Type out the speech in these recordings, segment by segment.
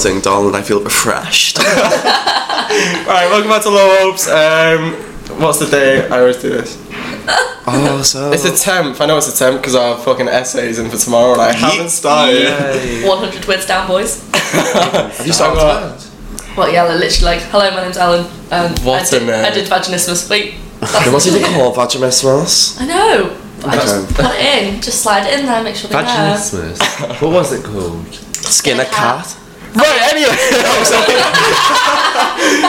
sing Donald, I feel refreshed. Alright, welcome back to Low Hopes. Um, what's the day I always do this? oh, so. It's a 10th. I know it's a 10th because I have fucking essays in for tomorrow and I haven't started. Yay. 100 words down, boys. Have you started I've with Well, yeah, they're literally like, hello, my name's Alan. Um, What I a did, name. I did vaginismus. Wait. that? uh, It wasn't even called Vaginismus. I know. But I just Okay. put it in. Just slide it in there, make sure they know. Vaginismus. what was it called? Skin a cat. Right, anyway. I'm sorry.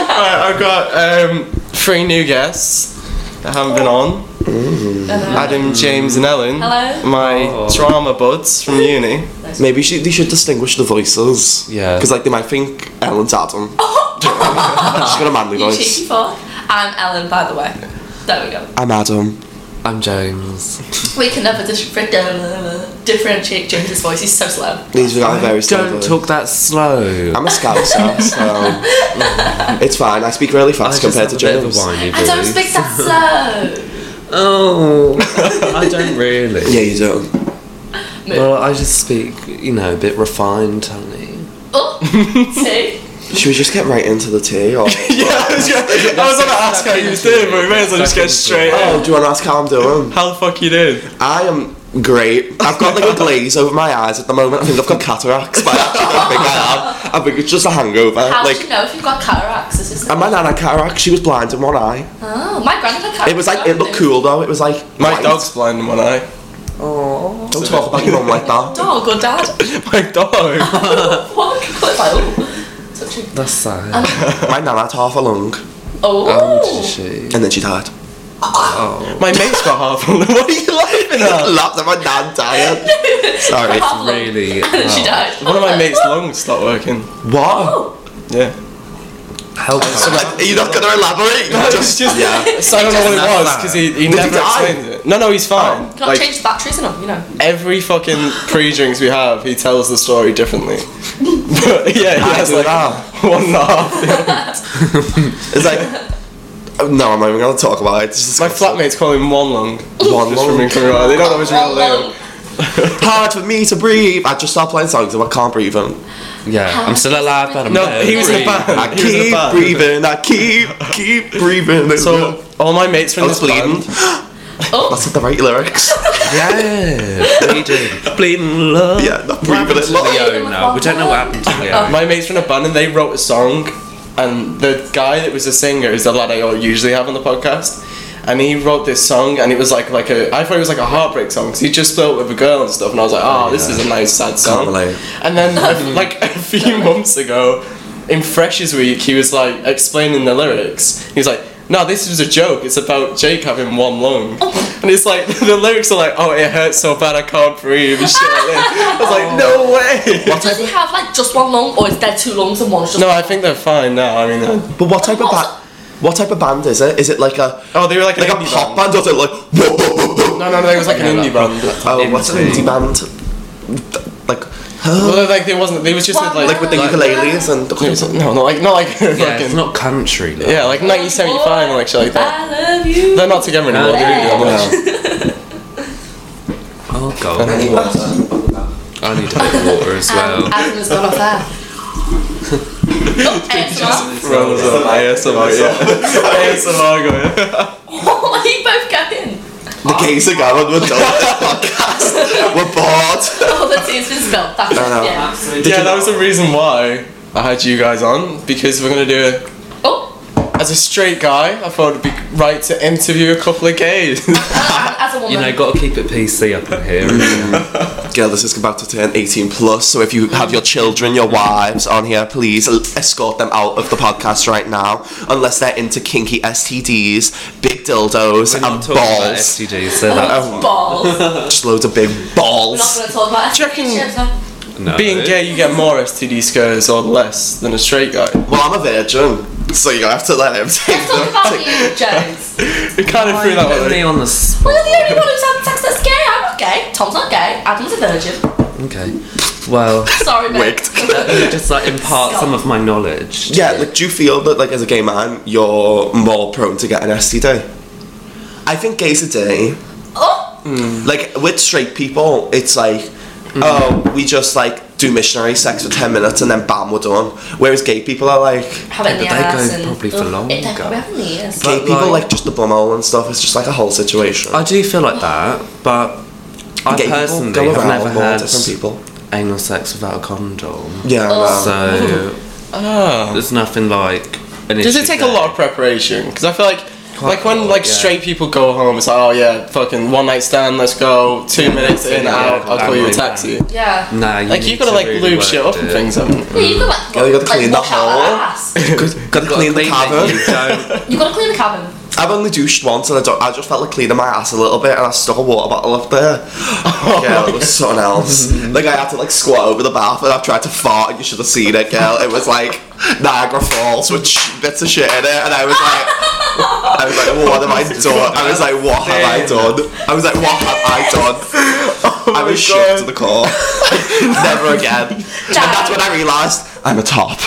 right, I've got um, three new guests that haven't been on Hello. Adam, James, and Ellen. Hello. My Oh. drama buds from uni. Maybe you should, they should distinguish the voices. Yeah. Because, like, they might think Ellen's Adam. She's got a manly You voice. cheeky fuck. I'm Ellen, by the way. There we go. I'm Adam. I'm James. We can never dis- uh, differentiate James's voice. He's so slow. These are very slow. Don't voice. talk that slow. I'm a scouser, so. it's fine, I speak really I fast just compared to have a bit of a James. whiny I don't voice. speak that slow. Oh, I don't really. Yeah, you do. Well, I just speak, you know, a bit refined, Tony. Oh, see? Should we just get right into the tea? Or... yeah, I was gonna, I was gonna ask how you was doing, but we may as well just get straight in. Oh, do you want to ask how I'm doing? How the fuck you doing? I am great. I've got like a glaze over my eyes at the moment. I think I've got cataracts, but I actually don't think I have. I think it's just a hangover. How do you like, know if you've got cataracts? This is and my nan had cataracts. She was blind in one eye. Oh, my granddad had cataracts. It was like it looked cool though. It was like My white. dog's blind in one eye. Don't talk about your mum like that. Dog or Oh, dad? My dog. What? It's like, oh. Touching. That's sad. My nan had half a lung, How Oh. Um, old is she? and then she died. My mate's got half. What are you laughing at? Laughed at my nan dying. Sorry. Half a lung. Really? And then she Wow. died. One of my mate's lungs stopped working. What? Yeah. Help us. Like, are you not gonna elaborate? it's just- yeah. So I don't know what it Not was that. because he, he he never die? Oh. explained it. No, no, he's fine. Can I Like change the batteries in them, you know? every fucking pre-drinks we have, he tells the story differently. but yeah, he I has do like that. one and a half. It's like. oh, No, I'm not even gonna talk about it. It's just My flatmates call him one lung. One Just from lung. being Korea. They don't know his real name. hard for me to breathe. I just start playing songs and I can't breathe in. Yeah, I'm still alive, but I'm No, dead. he was in a I band. He was in a keep band. breathing. I keep keep breathing. So all my mates from I this was bleeding. band. Oh, That's not the right lyrics. Yeah, we did. Bleeding love. yeah, not breathing. To it. Look, Leo now. We don't know what happened to Oh. Leo. My mates from a band and they wrote a song, and the guy that was the singer is the lad I usually have on the podcast, and he wrote this song and it was like like a I thought it was like a heartbreak song because he just split up with a girl and stuff, and I was like, oh, this is a nice sad song. relate. And then a- like a few months ago, in Freshers Week, he was like explaining the lyrics. He was like. No, this was a joke. It's about Jake having one lung, and it's like the lyrics are like, "Oh, it hurts so bad I can't breathe." And shit like that. I was like, "No way!" does he have like just one lung or is there two lungs and one's just No, I think they're fine now. I mean, uh, but what type of What's- band? What type of band is it? Is it like a oh, they were like, like an a indie pop band. band or is it like whoa, whoa, whoa, whoa? No, no, no, it was like an indie band. oh what's an indie band? Like huh? Well, like they wasn't. They was just Wow. like, like with the Like- ukuleles and it was- no, not like not like Yeah, it's fucking not country. Love. yeah, like 1975 and like shit like that. I love you. They're not together anymore. They didn't do that much. Oh god. And- I need a bit of water as well. Um, Adam has gone off air. oh, ASMR. Rolls on ASMR, yeah. ASMR going. Oh, you both going? the gays are going. We're done with this podcast. We're bored. Oh, the tea's been spilled. That's No, no. yeah. Yeah, that was the reason why I had you guys on because we're gonna do it Oh, as a straight guy. I thought it'd be right to interview a couple of gays. and as a woman. You know, gotta keep it PC up in here. Girl, this is about to turn 18 plus, so if you have your children, your wives on here, please l- escort them out of the podcast right now, unless they're into kinky STDs, big dildos, I'm and talking about balls. Oh, STDs, so that balls. We're Just loads of big not balls. going to talk about Do you reckon- relationships, huh? no. Being gay, you get more STD scares or less than a straight guy. Well, I'm a virgin, so you're gonna have to let him take Let's talk about you, Jones. It kind of Why threw that put one. me on the spot. We're the only one who's had sex that's gay. I'm not gay. Tom's not gay. Adam's a virgin. Okay. Well, Sorry, mate. wicked. let me just like impart some of my knowledge. Yeah, like, do you feel that, like, as a gay man, you're more prone to get an STD? I think gays are dirty. Oh, Mm. Like, with straight people, it's like, oh, we just, like, do missionary sex for 10 minutes and then bam, we're done. Whereas gay people are like, Have it in the Yeah, but they ass go and probably for It, they longer. probably have in the ears. gay But people like- like just the bumhole and stuff. It's just like a whole situation. I do feel like that, but I gay personally people go have around never more had different people. anal sex without a condom. Yeah, Oh. no. So Ah. there's nothing like. An Does it issue take a there. lot of preparation? Because I feel like. like a when lot, like yeah. straight people go home, it's like oh yeah, fucking one night stand, let's go, two minutes in, Yeah, out, I'll that call you a way. taxi. Yeah. Nah, you Like need you gotta to like really lube work shit up it. and things, haven't you? Yeah, you've got like, Yeah, you gotta like, clean the wash out hole. that ass. Gotta Gotta clean the clean it, cavern. you don't- You gotta clean the cabin. I've only douched once and I, don't, I just felt like cleaning my ass a little bit and I stuck a water bottle up there. girl, it was something else. like I had to like squat over the bath and I tried to fart and you should have seen it, girl. It was like Niagara Falls with sh- bits of shit in it and I was like, I was like, what have I done? I was like, what have I done? I was like, what have I done? I was shook to the core. Never again. And that's when I realised I'm a top.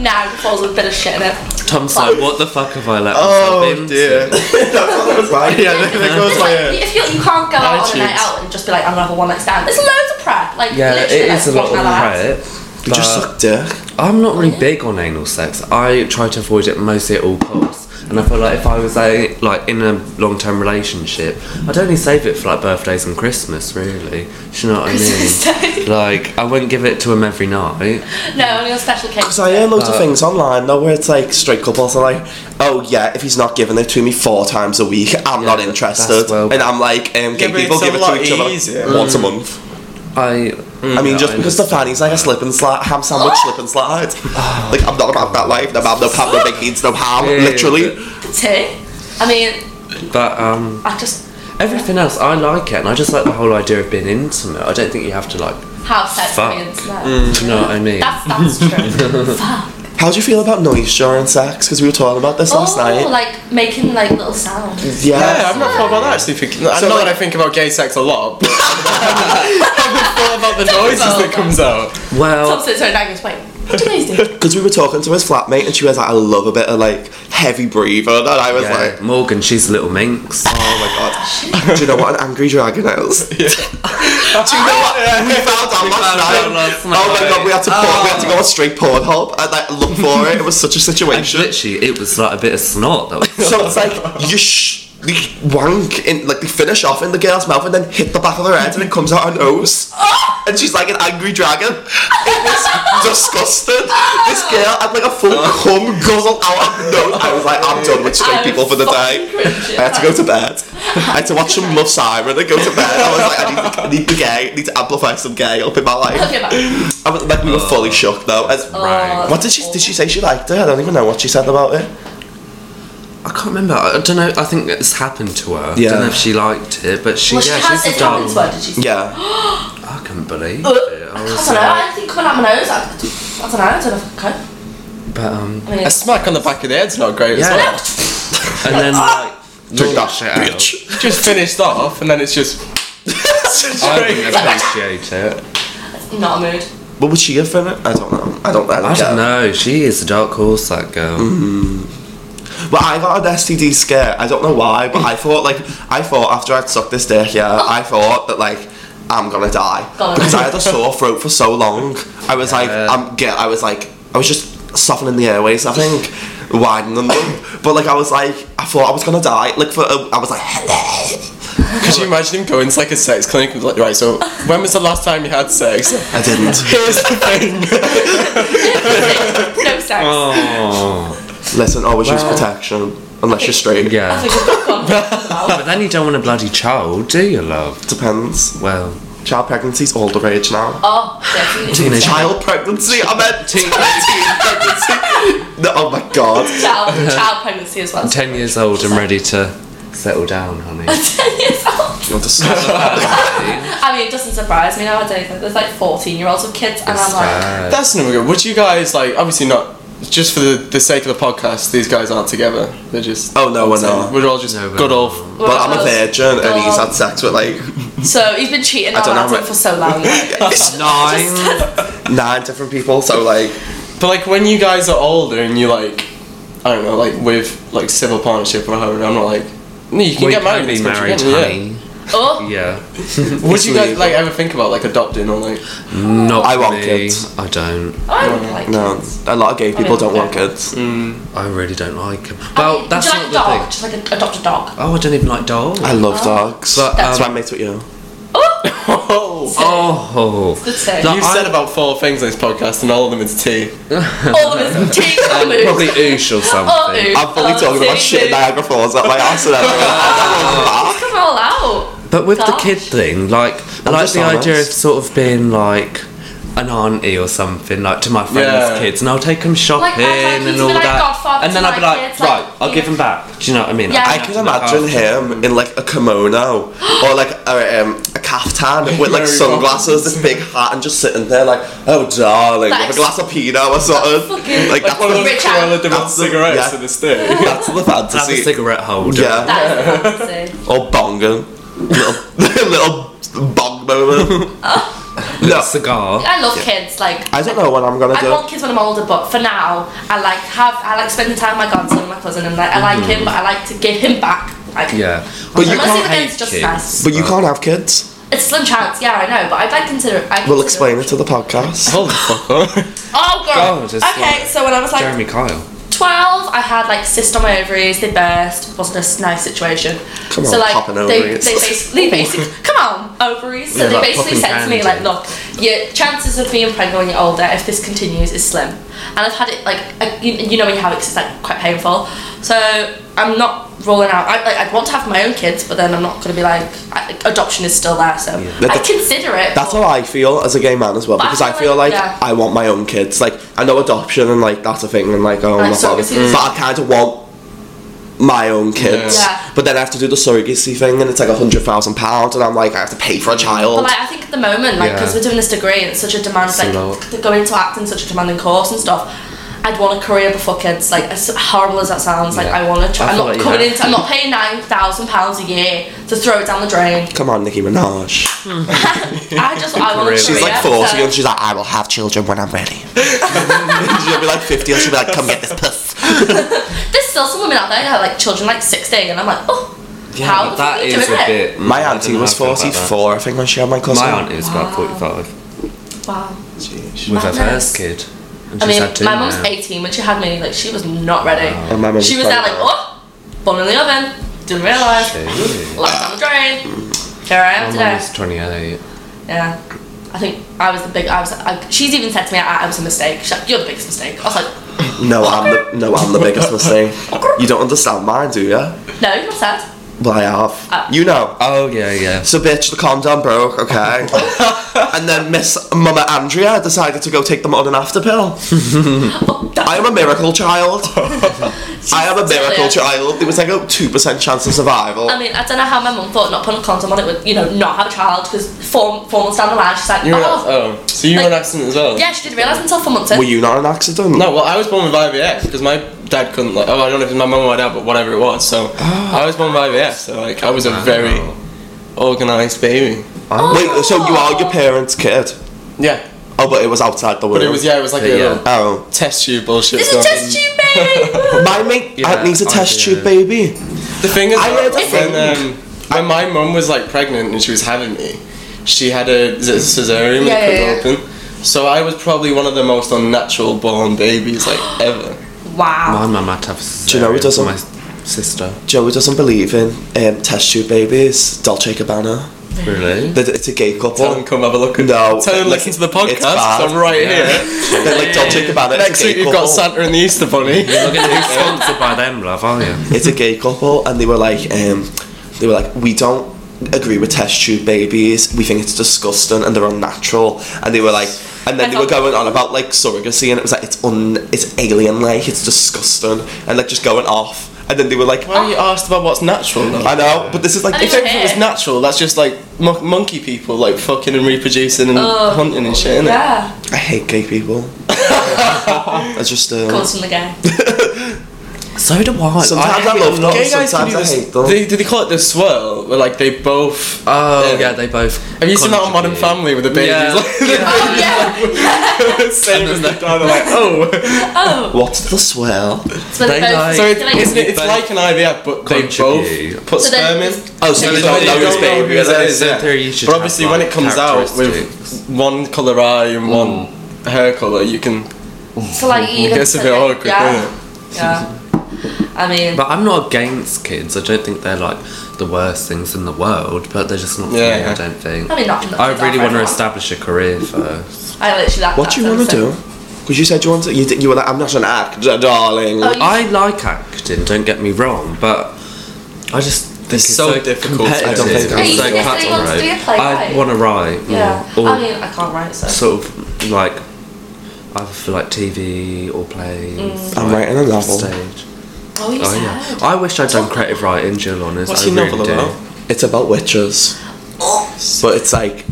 Nah, it falls with a bit of shit in it. Tom's like, what the fuck have I let myself into? that's what I was like. Yeah, there goes It's my. like, if you, you can't go out on a night attitudes. out and just be like, I'm gonna have a one night stand. There's loads of prep. Like, Yeah, literally, it is a like, lot of fuck my life. prep. You just suck but- dick. I'm not really big on anal sex. I try to avoid it mostly at all costs. And I feel like if I was like, like in a long term relationship, I'd only save it for like birthdays and Christmas, really. Do you know what Christmas I mean? Day. Like, I wouldn't give it to him every night. No, only on special Because occasions. I hear loads of Uh, things online though where it's like straight couples are like, oh yeah, if he's not giving it to me four times a week, I'm Yeah, not that's interested. well- Mm. and I'm like, um, Yeah, gay but people it's a give it lot to each other easier. once a month. I. I mean, just I because the fanny's like a slip and slide, ham sandwich slip and slide. like, I'm not about that life. No, I'm no pub, no big needs, no ham, Yeah, yeah, literally. Tea. I mean, But um, I just everything else, I like it. And I just like the whole idea of being intimate. I don't think you have to, like, have sex Fuck. Mm. with the internet. do you know what I mean? That's, that's true. Fuck. How do you feel about noise during sex? Because we were talking about this last Oh, night. like making like little sounds. yeah. Yeah, I've not thought about that actually. Thinking, I So, know like- that I think about gay sex a lot, but I haven't thought about the noises that comes out. Tom well, sits there and goes, wait, what do these do? Because we were talking to his flatmate and she was like, I love a bit of like heavy breather. And I was yeah, like, Morgan, she's a little minx. oh my god. do you know what an angry dragon is? Do you know what? We found out last night. found out Oh last my night. Oh. god, we had to pour, we had to go on straight Pornhub and like look for it. It was such a situation. Literally, it was like a bit of snot that was. so it's like you sh- you wank in like they finish off in the girl's mouth and then hit the back of her head and it comes out her nose. Oh. And she's like an angry dragon. It was disgusting. This girl had like a full cum guzzle out of her nose. Uh. I was like, I'm done with straight I'm people for the fucking day. cringing. I had to go to bed. I had to watch some Love Simon and go to bed. I was like, I need, I need the gay, I need to amplify some gay up in my life. Okay, bye. I was like, we were fully shocked though. As, Right. What did she did she say she liked it? I don't even know what she said about it. I can't remember. I I don't know. I think it's happened to her. I Yeah. don't know if she liked it, but she, Well, she yeah, has, she's it a happens, dumb. but did she say? Yeah. I couldn't believe Uh, it. I I don't was know, like, I think coming out my nose, I, I don't know, I don't know if I can. but um, I mean, A smack on the back of the head's not great as Yeah. well. and then like, Take that shit out. bitch. Just finished off, and then it's just. I didn't appreciate it. not a mood. What would she have in it? I don't know. I don't. I don't, I get it. don't know. She is a dark horse, that girl. But I got an STD scare. I don't know why, but I thought like I thought after I'd sucked this dick, yeah, I thought that like I'm gonna die Gone. because I had a sore throat for so long. I was like, Yeah. I'm get. I was like, I was just softening the airways. I think widening them. But like I was like, I thought I was gonna die. Like for a, I was like, Could you imagine him going to like a sex clinic and be like, right? So when was the last time you had sex? I didn't. Here's the thing. No sex. Oh, Listen, always Well- use protection unless you're straight. That's a yeah. good one. But then you don't want a bloody child, do you, love? Depends. Well, Child pregnancy's all the rage now. Oh, definitely. Teenage- Child pregnancy? I meant teen pregnancy. No, oh my god. Child, child pregnancy as well. ten years old and ready to settle down, honey. Ten years old. You want to stop? I mean, it doesn't surprise me nowadays. Like, there's like 14 year olds with kids, and I'm like, Sad. That's another good. Would you guys like? Obviously not. Just for the, the sake of the podcast, these guys aren't together. They're just. Oh, no, we're not. We're all just No, we're good old. Well, But I'm a virgin and he's had um, sex with like So he's been cheating don't on know, Adam but- for so long. Like, Nine. nine different people, so like But like when you guys are older and you like, I don't know, like with like civil partnership or however, I'm not like. No, you can We get married. can be in this country, married, can't you? honey. Oh, Yeah. Would you guys illegal. like ever think about like adopting or like? Not I want me. kids. I don't. I would like No, kids. a lot of gay people don't want Okay. kids. I really don't like them. I Well, mean, that's would you like a not dog? the thing. Just like a, adopt a dog. Oh, I don't even like dogs. I love dogs. But, That's why um, I'm mates with you. Oh, Oh. oh. good save. No. You've I- said about four things on this podcast, and all of them is tea. All of us tea moves. Probably oosh or Oh, something. ooh. I'm fully Oh, talking about tea shit in moves. Niagara Falls at my house and everything. Come all out. But with Gosh. the kid thing, like, I I'm like just the honest. idea of sort of being like an auntie or something, like to my friends' Yeah. kids, and I'll take them shopping I'd like you and to all be like that. godfather And then to I'll be my like, kids, like, right, I'll you give know. them back. Do you know what I mean? Yeah. Like, I I have can to look imagine after him in like a kimono or like a, um, a caftan with like Mary sunglasses, this big hat, and just sitting there like, oh darling, with That is- a glass of pinot or something. fucking- Like Like that's one the, of those Rich Ad- Cruella de Vil That's the- cigarettes yeah. in a stick. that's the Have a fantasy. cigarette holder. Yeah, That is fancy. or bonging, little, little bong moment. Little cigar. I love kids. Like I don't know what I'm gonna I do. want kids when I'm older, but for now, I like have I like spending time with my godson, my cousin, and like I like him, but I like to give him back. Like Yeah. Mm-hmm. But you unless can't it's against hate just us. But you can't have kids. It's a slim chance, yeah, I know, but I'd like to consider. I We'll consider- explain it to the podcast. Hold the fuck up. Oh God, god. it's okay, like- so when I was like Jeremy Kyle. 12, I had like cyst on my ovaries. They burst. It wasn't a nice situation. Come so on, like popping they, they ovaries. basically, they basically come on ovaries. So Yeah, they like basically popping said to me like, candy. look, your chances of being pregnant when you're older, if this continues, is slim. And I've had it like I, you, you know when you have it, 'cause it's like quite painful. So I'm not ruling out. I like I'd want to have my own kids, but then I'm not going to be like I, adoption is still there. So But I the- consider it. That's but- how I feel as a gay man as well, But I because feel I feel like- like, yeah. I want my own kids. Like I know adoption and like that's a thing, and like oh, Like I'm not bothered. surrogacy. but I kind of want my own kids. Yeah. But then I have to do the surrogacy thing, and it's like a hundred thousand pounds, and I'm like I have to pay for a child. But like, I think at the moment, like, because Yeah. we're doing this degree, and it's such a demand, a like, lot. to go into acting, such a demanding course and stuff. I'd want a career before kids, like as horrible as that sounds. Like Yeah. I want to try. I I'm feel not like you coming have- into. I'm not paying nine thousand pounds a year to throw it down the drain. Come on, Nicki Minaj. I just I want a career. She's She's like so- forty, and she's like, I will have children when I'm ready. she'll be like fifty, and she'll be like, come get this puss. There's still some women out there who have like children like sixty, and I'm like, oh, Yeah, how but the that fuck are you is doing a it? bit. My I don't auntie know was how I feel about that. forty-four, I think, when she had my cousin. My auntie was about 45 Wow. Jeez. with her Madness. first kid. And I she's mean, had two my mum's now. 18 when she had me. Like she was not ready. And my mum She was there like, oh, bun in the oven. Didn't realise. Shit. Life on the drain. Here I am My today. mum's 28. Yeah. I think I was the big. I was. I, she's even said to me, I, "I was a mistake." She's like, "You're the biggest mistake." I was like, No, I'm the no, I'm the biggest mistake. You don't understand mine, do you? "No, you're not sad." Well, I have. Oh. You know. Oh, yeah, yeah. So, bitch, the condom broke, okay? and then Miss Mama Andrea decided to go take the modern after pill. Oh, I am a miracle child. I am a miracle Brilliant. child. There was like a 2% chance of survival. I mean, I don't know how my mum thought not putting a condom on it would, you know, not have a child because four, four months down the line, she's like, You were, "Oh, oh, so you were an accident as well? yeah." She didn't realise until four months in. Were you not an accident? No, well, I was born with IVF because my dad couldn't. Like, oh, I don't know if it was my mum or my dad, but whatever it was. So I was born with IVF. So like, I was a very Wow. organized baby. Wait, so you are Oh. your parents' kid? Yeah, Oh, but it was outside the womb. but it was yeah, it was like Yeah, a yeah. little Oh. test tube bullshit. This is going just you, baby. My mate Yeah, aunt needs a I test did. tube baby. The thing is, I read a when, um, when my mum was like pregnant and she was having me, she had a, is it a cesarean Yeah, that yeah, couldn't open. So I was probably one of the most unnatural born babies like ever. My wow. mum had to have a Do you know who cesarean doesn't- for my sister. Joey doesn't believe in um, test tube babies, Dolce Gabbana. Really? That It's a gay couple. Tell him come have a look. at- No, Tell him like, listen to the podcast. it's bad. 'cause I'm right Yeah. here. They're like Dolce Gabbana. it's a Next gay week you've couple. got Santa and the Easter Bunny. You're going to be sponsored by them, love, are you? it's a gay couple and they were like um, they were like we don't agree with test tube babies we think it's disgusting and they're unnatural and they were like and then I they were thought- going on about like surrogacy and it was like it's un it's alien like it's disgusting and like just going off and then they were like Why are you asked about what's natural? Though? I know but this is like I If don't everything was care. natural, that's just like mon- monkey people, like fucking and reproducing and Ugh. hunting and shit. Innit? Oh. Yeah. I hate gay people I just um, Comes from the guy. So do I. Sometimes I hate love it a them, lot. Gay sometimes guys can do I this. hate them. They, do they call it the swirl? Where like they both. Oh yeah, Yeah. they both. Have you seen that on Modern contribute. Family with the babies? Yeah. Like, the Oh yeah. babies same as the dad. They're like, oh. Oh. What's the swirl? It's when They both- like- So it, they like- isn't it? It's both like an IVF, but they contribute. both put So sperm then- in. Oh, so So you they don't don't know know whose who baby it it that is. is, yeah. yeah. Theory, you should But have, obviously, like, when it comes out characteristics. Mm. with one colour eye and one hair colour, you can. So like you It gets a bit awkward, yeah. doesn't Yeah. I mean, But I'm not against kids. I don't think they're like the worst things in the world, but they're just not for Yeah. me. I don't think. I mean not. I really want to to establish a career first. I literally that. What do you that's want to do? everything. Because you said you want to. You, did- you were like, I'm not an actor, darling. Oh, you- I like acting. Don't get me wrong, but I just think it's, so difficult to I don't competitive. think I It's would. so Yes, they want to be a cutthroat. playwright. I want to write. Yeah. mm, Oh. Or I mean, I can't write so. sort of like either for like TV or plays. I'm like, writing a novel. Stage. oh, you Oh said. yeah. I wish I'd done creative writing, Jill. Honest. What's I your really novel do. about? It's about witches, Oh, but it's like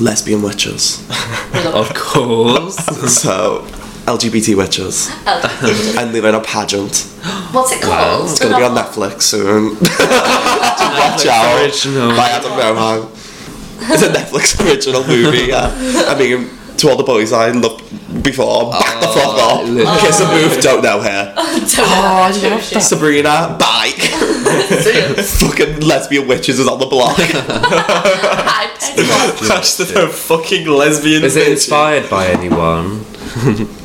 lesbian witches. Of course. Oh, so, LGBT witches. And they live in a pageant. Um, What's it called? It's gonna be on Netflix soon. Watch out. original. By Adam Berman. It's a Netflix original movie, yeah. I mean, to all the boys I loved before, back the fuck off. literally. Kiss and move, don't know her. Oh, I love that. Sabrina, bye. Fucking lesbian witches is on the block. I picked one. That's the fucking lesbian. Is it bitch. inspired by anyone?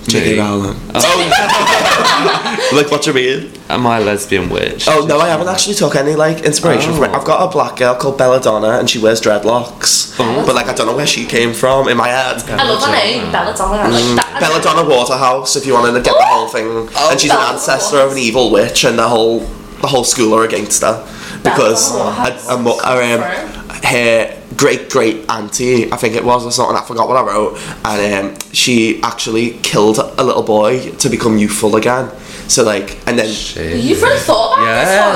J.K. Me. Rowling. Oh, like what you mean? Am I a lesbian witch? Oh no, I haven't actually took any like inspiration from it. Oh. I've got a black girl called Belladonna, and she wears dreadlocks. But like, I don't know where she came from in my head. I love that name, Belladonna. I Like that. Mm. Belladonna Waterhouse, if you want to get the whole thing. and she's an Belladonna ancestor of an evil witch, and the whole the whole school are against her because Belladonna Waterhouse. her, mo- her, um, her great great auntie, I think it was or something, I forgot what I wrote, and um, she actually killed a little boy to become youthful again. So like, and then. Shit. You've really thought about Yeah.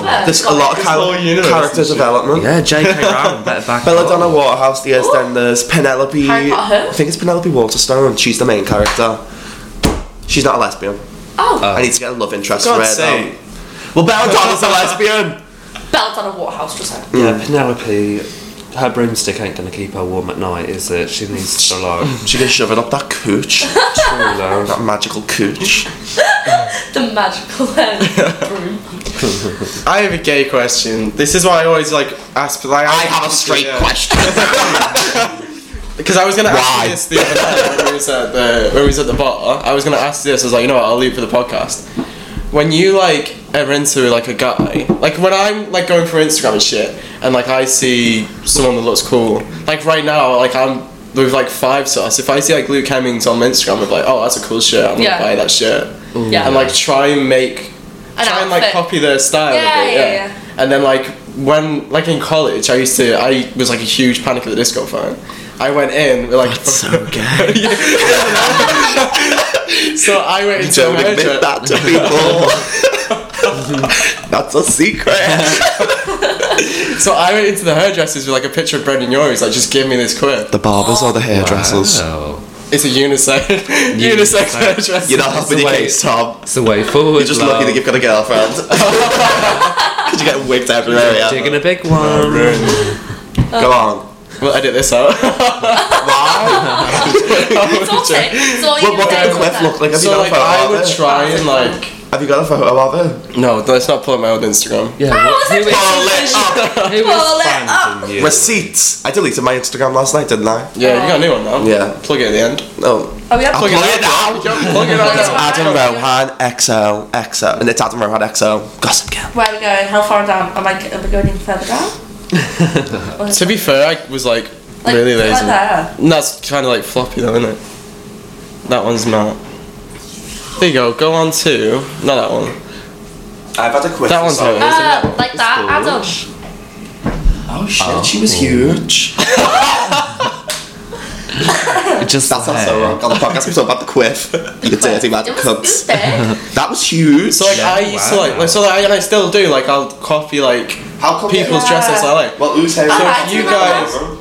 Yeah, this I one. fully You've managed. proper There's a got lot of it. char- character this whole universe and development. shit. Yeah, J.K. Rowling, better back Belladonna up. Waterhouse, the EastEnders, Penelope. Harry Potter? I think it's Penelope Waterstone. She's the main character. She's not a lesbian. Oh, I need to get a love interest for God's her. sake. though. Well, Belladonna's a lesbian. Belladonna Waterhouse just said. Mm. Yeah, Penelope, her broomstick ain't gonna keep her warm at night, is it? She needs to like She can shove it up that cooch, true love. that magical cooch. The magical um, broom. I have a gay question. This is why I always like ask. Like, I have a straight question. Because I was gonna ask Why? you this the other night when we was at the when we was at the bar. I was gonna ask this. I was like, you know what? I'll leave it for the podcast. When you like ever into like a guy, like when I'm like going through Instagram and shit, and like I see someone that looks cool, like right now, like I'm with like five sauce. If I see like Luke Hemmings on Instagram, I'm like, oh, that's a cool shirt. I'm gonna Yeah. buy that shirt. Yeah. And like try and make, An try and like outfit. copy their style. Yeah, a bit, yeah, yeah, yeah. And then like when like in college, I used to I was like a huge Panic at the Disco fan. I went in with, like so gay. so I went into Don't a admit dress. that to people. That's a secret. So I went into the hairdressers with like a picture of Brendan Urie. like, just give me this quid. The barbers or the hairdressers? Wow. It's a unisex unisex hairdresser. You're not helping your Wait. case, Tom. It's the way forward. You're just love. lucky that you've got a girlfriend. Because you get whipped everywhere. Yeah. digging a big one. Go on. We'll edit this out. It's all fake. It's all you What, what can did say the cliff about look that. like? Have you so got like a photo I of would it? try and like Have you got a photo of it? no, let's not pull up my old Instagram. Yeah. Oh, What, that's who is, Pull it up. who Pull it is finding you? Receipts. I deleted my Instagram last night, didn't I? Yeah, you got a new one now. Yeah. Plug it at the end. No. Are we up? Plug it out. now. Plug it Plug it out. out. Adam Rohan XO XO, and it's Adam Rohan XO Gossip Girl. Where are we going? How far down? Am I? Are we going any further down? Or is To it- be fair, I was like, like, really like lazy. there. And that's kind of like floppy though, isn't it? That one's not. There you go. Go on to not that one. I've had a quick. That one's not. Uh, like that, Adam. Oh shit, she was huge. Just That's the not hair. so wrong. On the podcast, we talk about the quiff. You dirty mad It was cunts. stupid. That was huge. So like I used to like, wow. like so like, I, and I still do like I'll copy like How come people's Yeah. dresses I like. Well, who's hair? Oh, So I do you remember guys- that.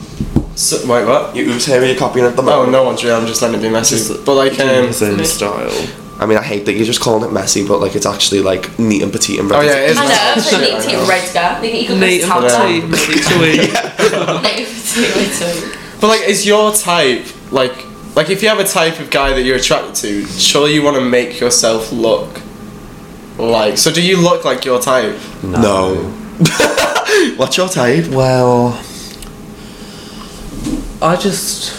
So, wait, what? you who's hair are you copying at the Oh moment? no one's real. I'm just letting it be messy. But like um, Same style. I mean, I hate that you're just calling it messy, but like it's actually like neat and petite and Oh, ready. yeah, it to is. eat. I know, it's Shit, like neat I tea know. and red guy. Like, you could Nate just tell that. and Betty, Betty Twig. Nate and tea. But like, is your type like like if you have a type of guy that you're attracted to, surely you want to make yourself look like. So do you look like your type? No. What's your type? Well, I just.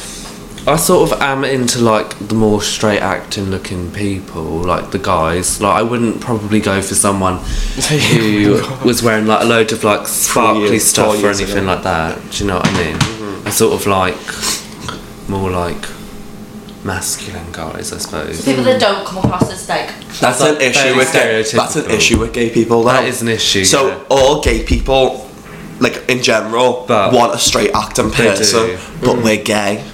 I sort of am into like the more straight acting looking people, like the guys. Like I wouldn't probably go for someone who was wearing like a load of like sparkly years- four stuff or years anything ago. Mm-hmm. like that. Do you know what I mean? I sort of like more like masculine guys, I suppose. People that don't come across as like That's like an issue very with gay, that's an stereotypical. issue with gay people. Though. That is an issue, So yeah. all gay people, like in general, But want a straight acting They do. Mm. person, but we're gay.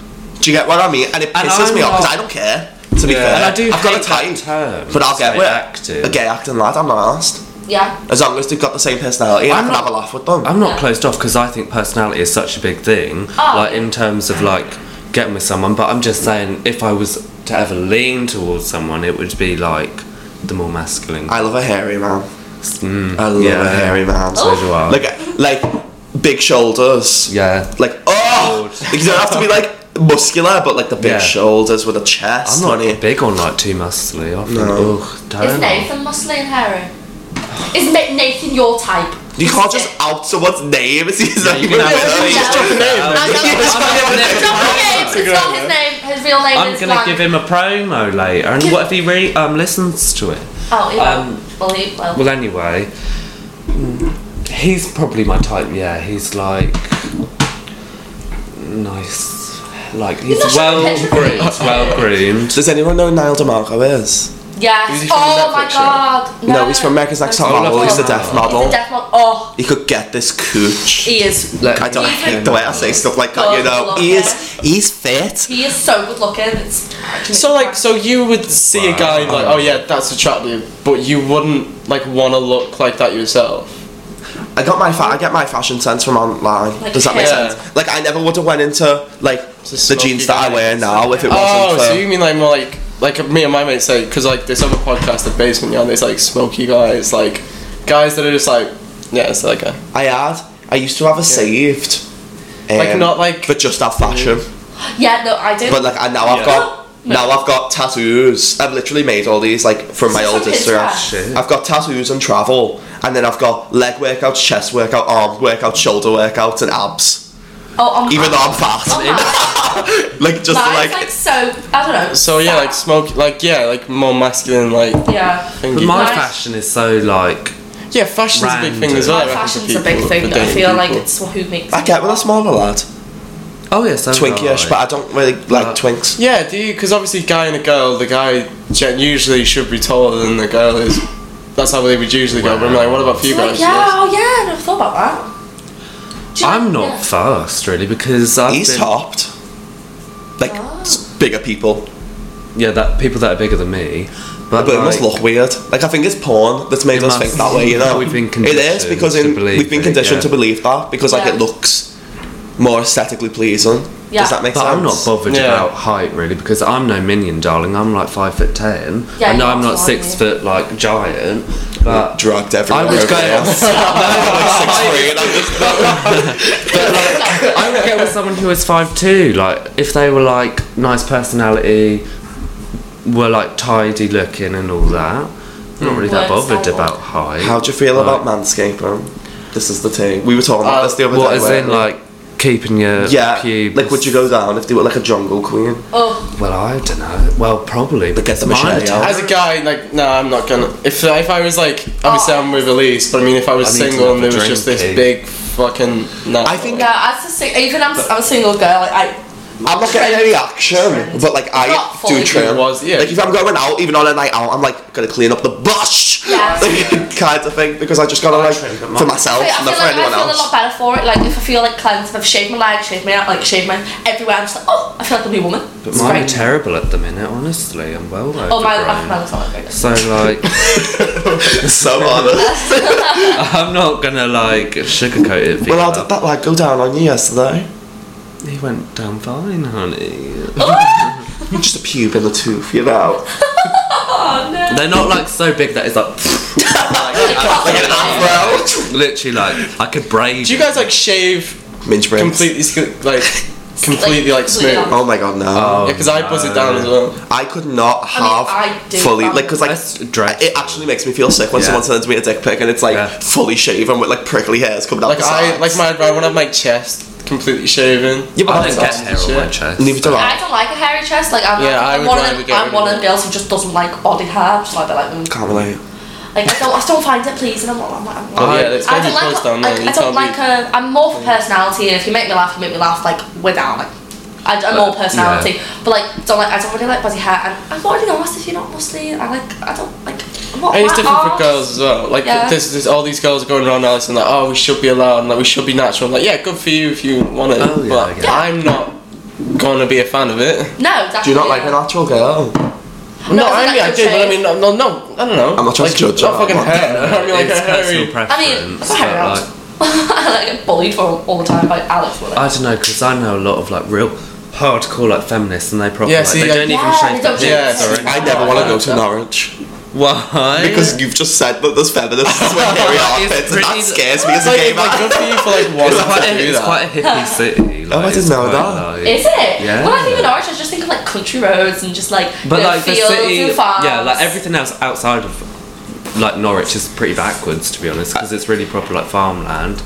Do you get what I mean? And it And pisses I'm me off because not- I don't care. To be Yeah. fair, And I do I've got a hate that type, term, but I'll get straight with acting. a gay acting lad. I'm not asked. yeah. As long as they've got the same personality, i I'm can not- have a laugh with them. I'm not Yeah. closed off because I think personality is such a big thing, Oh. like in terms of like getting with someone. But I'm just saying, if I was to ever lean towards someone, it would be like the more masculine. I love a hairy man. Mm, I love yeah. Oh. a hairy man. So do I. Like, like big shoulders. yeah. Like, oh, Lord. you don't have to be like muscular, but like the big Yeah. shoulders with a chest. I'm not honey. big on like too muscly. I think, No. ugh, Is don't. Nathan muscly and hairy? Is Ma- Nathan your type? You can't just out someone's name. It's he's not you even can have a it. name. Yeah. Just drop a name. No, no, no, You just it's drop a name. not his name. It's not his name. His real name I'm is gonna like- give him a promo later, and Give- what if he re- um listens to it? Oh, he um, won't. Well, he will. Well, anyway, mm, he's probably my type. Yeah, he's like nice, like he's not showing well pictures of groomed, it. well groomed. Does anyone know who Niall DeMarco is? Is Yes. he from Oh that my picture? god. No, No, he's from America's Next Top Oh, Model. He's the lovely. deaf He's a model. deaf model. Oh, He could get this cooch. he is. Like, I don't He's a- hate the way I say stuff like that. You know, Good he looker. is he's fit. He is so good looking. It's So like, so you would see a guy and be like, oh yeah, that's attractive, but you wouldn't like want to look like that yourself. I got my fa- I get my fashion sense from online. Like Does that make hair. sense? Like I never would have went into like It's a the jeans smoky that I wear jeans. now if it Oh, wasn't so for. you mean like more like like me and my mates say because like this other podcast, the basement yard, there's like smoky guys, like guys that are just like yeah, it's like a I had. I used to have a saved. Like, um, not like- But just our fashion. Yeah, no, I do. But like, and now I've Yeah. got. Now I've got tattoos. I've literally made all these like from my So old it's Instagram. that. Shit. I've got tattoos and travel, and then I've got leg workouts, chest workout, arm workouts, shoulder workouts, and abs. oh, I'm Even though I'm Oh, fat, my. like just Mine's, like, like so. I don't know. so yeah, like smoky, like yeah, like more masculine, like yeah. But thingy. my Nice. fashion is so like yeah, fashion's a big thing as well. I Like, reckon, for fashion's a people, big thing. for though. I dating feel like people. it's who makes. I get with a smaller lad, oh yeah, so twinkish, do but I don't really like Uh, twinks. Yeah, do you? Because obviously, guy and a girl, the guy gen- usually should be taller than the girl is. That's how they would usually go. But I'm like, what about for you It's like, guys? yeah, oh yeah, I never thought about that. Do you I'm know- not yeah. fast really because I've He's been, topped, like Ah. s- bigger people, yeah that people that are bigger than me, but, but it must like, look weird. Like I think it's porn that's made It us must- think that way. You know, We've been it is because conditioned to in, believe we've been it, conditioned yeah. to believe that because like Yeah. it looks more aesthetically pleasing. Yeah. Does that make But sense? I'm not bothered Yeah. about height really because I'm no minion, darling. I'm like five foot ten. Yeah, I know you I'm are, not aren't six you? foot like giant, but Drugged everywhere. I would over go. there. I would go with someone who was five two. Like if they were like nice personality, were like tidy looking and all that. I'm Mm. not really that Works bothered out. about height. How do you feel about manscaping? This is the thing we were talking about Uh, this the other What day. as weren't in we? like keeping your yeah, pubes? like would you go down if they were like a jungle queen? Oh, Well, I don't know. Well, probably. But get the because mine- machete out. As a guy, like, no, I'm not gonna. If if I was like, obviously I'm with Elise, but I mean, if I was I need to single and have there a was just drink, this eh? big fucking. No. I think- yeah. As a sing- even I'm, I'm a single girl. Like, I I'm not getting any action, but like I Not fully. do trim. It was, yeah. Like if I'm going out, even on a night out, I'm like gonna clean up the bush, Yes. like, kind of thing, because I just gotta like trim, but for mine- myself, I feel not like for I anyone feel a lot else. better for it. Like if I feel like cleansed, if I've shaved my legs, shaved my out, like shaved my everywhere, I'm just like, oh, I feel like a new woman. But It's mine are great. terrible at the minute. Honestly, I'm well overgrown. Oh my, my my legs not like So like, so honest. I'm not gonna like sugarcoat it. for Well, how you, did that like go down on you yesterday? love. He went down fine, honey. Just a pube and a tooth, you know. Oh no. They're not like so big that it's like, Like an afro. literally like I could braid. Do you guys like shave Minge braids. completely, sc- like completely like completely smooth? on. Yeah, Oh my god, no. Oh. because I buzz it down as Uh, well. I could not mean, have I do fully that. like because like That's dreadful. it actually makes me feel sick when Yeah. someone sends me a dick pic and it's like Yeah. fully shaven with like prickly hairs coming down Like uh, the I, sides. like my eyebrow, I want to have my chest completely shaven. yeah, but I that's don't get hair on my chest. Neither do I don't like a hairy chest. Like I'm, Yeah, I I'm would one of rather them. get I'm rid one of of the girls who just doesn't like body hair. Just like they like them. Can't relate. Like I don't, I don't find it pleasing. I'm not. I'm not, I'm not. Oh, I- yeah, that's I when you don't like. close A, down there. like You I don't can't like like a. I'm more for personality, and if you make me laugh, you make me laugh like without like. I, I'm all Uh, personality, but like don't like. I don't really like fuzzy hair, and I'm not really honest if you're not Muslim. I like. I don't like. I'm not And it's that different for arsed. girls as well. Like Oh Yeah. there's, there's all these girls going around now saying like, oh, we should be allowed and like we should be natural. like, yeah, good for you if you want it. Oh, yeah, I but get it. I'm not gonna be a fan of it. No, definitely. Do you not like a natural girl? No, it's I like mean I your do, but I shape. mean no, no, no, I don't know. I'm not trying like, to judge Not her. fucking What? hair. I mean like it's a hairy. personal I mean, preference. I'm hairy. but, like, I like get bullied for all the time by Alex. Women. I don't know because I know a lot of like real hardcore like feminists, and they probably Yeah, like, see, they like- don't even Yeah, shave they their don't shave Yeah, dicks their or dicks. anything. I never want to I go like to that. Norwich Why? because you've just said that there's feminists with hairy armpits, and that pretty- scares me as It's a like, gay it's like man. good for you for like one it's hour quite, to a, do it's that. quite a hippie city. Like, Oh, I didn't it's know quite, that. like- Is it? Yeah. When I think of Norwich, I just think of like country roads and just like But you know, like the fields city, and farms. yeah, like everything else outside of like Norwich is pretty backwards to be honest because it's really proper like farmland.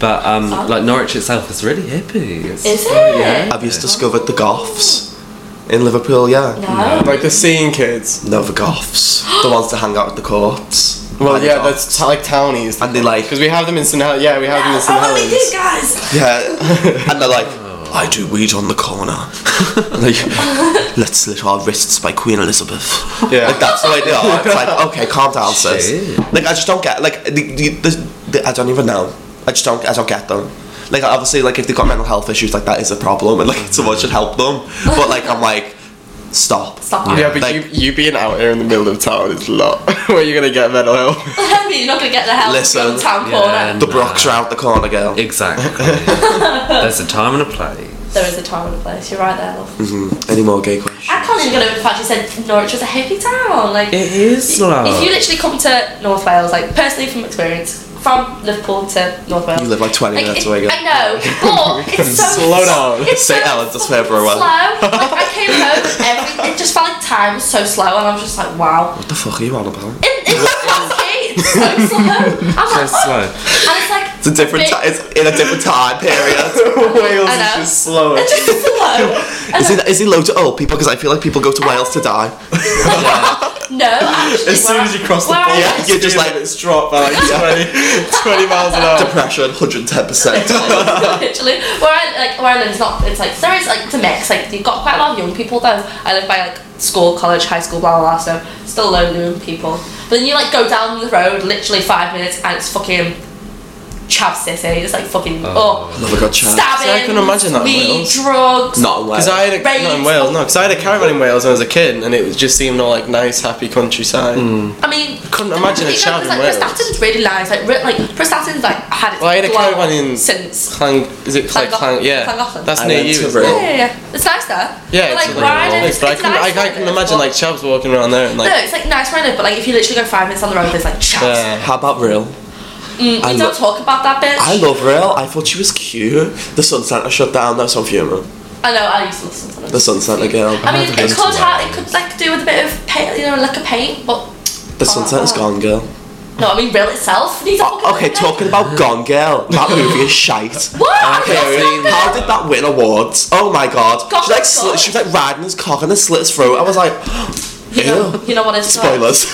But um, Farm- like Norwich itself is really hippie. It's, Is it? Yeah. Have you discovered the goths in Liverpool? Yeah. No. Oh, Like the seeing kids. No, the goths. the ones that hang out at the courts. By Well, the yeah, docks. that's t- like townies. And they like Because we have them in St. Hel- Yeah, we have them in St. Oh, we Helens. did, guys. Yeah. and they're like, I do weed on the corner. And like, let's slit our wrists by Queen Elizabeth. Yeah. Like, that's the way they are. It's like, okay, calm down, sis. Shit. Like, I just don't get, like, the, the, the, the, I don't even know. I just don't, I don't get them. Like, obviously, like, if they've got mental health issues, like, that is a problem, and, like, someone should help them. But, like, I'm like, stop. Stop. Yeah, Yeah. but Like- you, you being out here in the middle of town is a lot. Where you gonna get mental health? You're not gonna get the help Listen. from the town Yeah. corner. The Brooks are out the corner, girl. Exactly. There's a time and a place. There is a time and a place. You're right there, love. Any more gay questions? I can't even get over the fact you said Norwich was a hippie town. Like, It is love. if you literally come to North Wales, like personally from experience, from Liverpool to North Wales, You live like 20 Like, minutes it- away, girl. I know, but it's so Slow down. It's St. so Helens, that's where everyone slow. went. Like, I came home and everything it just felt like time was so slow, and I was just like, wow. What the fuck are you on about? It, it's not okay. It's so slow. I'm like, So "Oh," slow. and it's like It's a different time, it's in a different time period. Wales I is know. just slower. It's just slow. And Is it, is it loads of old people? Because I feel like people go to Wales to die. no, actually, As soon where as I- you cross the where I border, Yeah, it's you're just speed like- it's dropped by like 20, 20 miles an hour. Depression, 110%. literally where I like where I live is not it's like there is like it's a mix like you've got quite a lot of young people though I live by like school college high school blah blah blah so still a lot of young people but then you like go down the road literally five minutes and it's fucking Chav City it's like fucking oh, Oh. Oh my god, Chad. stabbing See, I couldn't imagine that in weed Wales. drugs Not in Wales. Because I had a not in Raids. Wales, no. Because I had a caravan in Wales when I was a kid, and it was- just seemed all like nice, happy countryside. Hmm. I mean Couldn't imagine a you know, child 'cause, in like, Wales. Prestatyn's really nice like re- like Prestatyn's like had its Well, I had a glow caravan in- since Clang, is it Clang? Llangollen. Clang, yeah, Llangollen. that's I near went you. to isn't it? Rome. yeah, yeah, yeah. It's nice there. Yeah, But, it's like, a where I little live, place, but I it's can I, nice I where can it is, imagine but- like chavs walking around there and No, like it's like nice where I live, but like if you literally go five minutes on the road, there's like chaps. yeah. How about Real? Mm, I you lo- don't talk about that bitch. I love Real. I thought she was cute. The Sun Centre shut down, though, so I'm fuming. I know. I used to listen to them. The Sun Centre girl. I mean, haven't it been could to have, that. it could like do with a bit of paint, you know, like a paint, but The Sun Centre's gone, girl. Oh, no, I mean, real itself needs a fucking Okay, paint. talking about Gone Girl, that movie is shite. What? Okay, That's not good. how did that win awards? Oh my god. Gone she, like, Girl. slit, she was like riding his cock and then slit his throat. I was like, You know, ew. you know what it's like. Spoilers.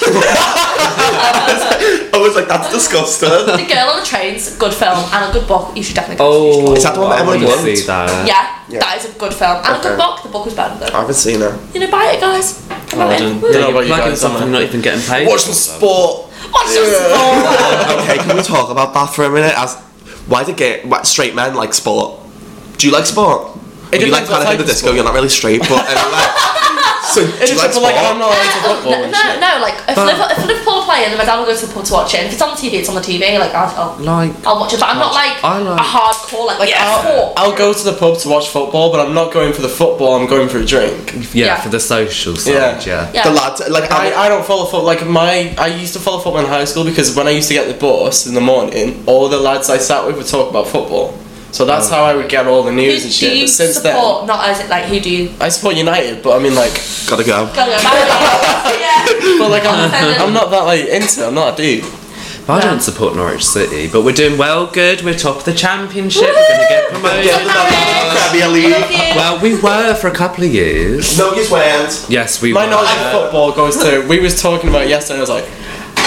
I was like, that's disgusting. The Girl on the Train's a good film and a good book. You should definitely. go- you should Oh, Is that the one that I Emily wanna Blunt? see that. watch it. Yeah, Yeah. that is a good film and a Okay. good book. The book was better I though. haven't seen her. You know, buy it, guys. Come on I in. didn't- Woo. I don't Yeah, know about you're you plugging guys, am something I? you're not even getting paid. Watch for. the sport. Watch this. okay, can we talk about that for a minute? As why do gay why, straight men like sport? Do you like sport? It you like depends what Panic at the type of Disco? You're not really straight, but anyway. So, do It's you like just like, sport? I'm not into Uh, No, football. and no, shit. no, like if, But- Liverpool, if Liverpool are playing, then my dad will go to the pub to watch it. And if it's on the TV, it's on the TV. Like I'll, I'll, Like, I'll watch it, but I'm not like, I like- a hardcore like like I'll- sport. I'll go to the pub to watch football, but I'm not going for the football. I'm going for a drink. yeah, Yeah. for the social side, Yeah. yeah. Yeah. The lads, like, I, I, I don't follow football. Like my, I used to follow football in high school because when I used to get the bus in the morning, all the lads I sat with would talk about football. So Oh. that's how I would get all the Who news do and shit. you But since support? Not as it like who do you? then, I support United, but I mean like, gotta go. Go, go, yeah. but like I'm, Independent. I'm not that like into. it, I'm not a dude. But I don't support Norwich City, but we're doing well, good. We're top of the championship. We're going to get promoted. Premier Love League. you. Well, we were for a couple of years. No, you weren't. Yes, we My were. knowledge of football goes to. We was talking about it yesterday. and I was like,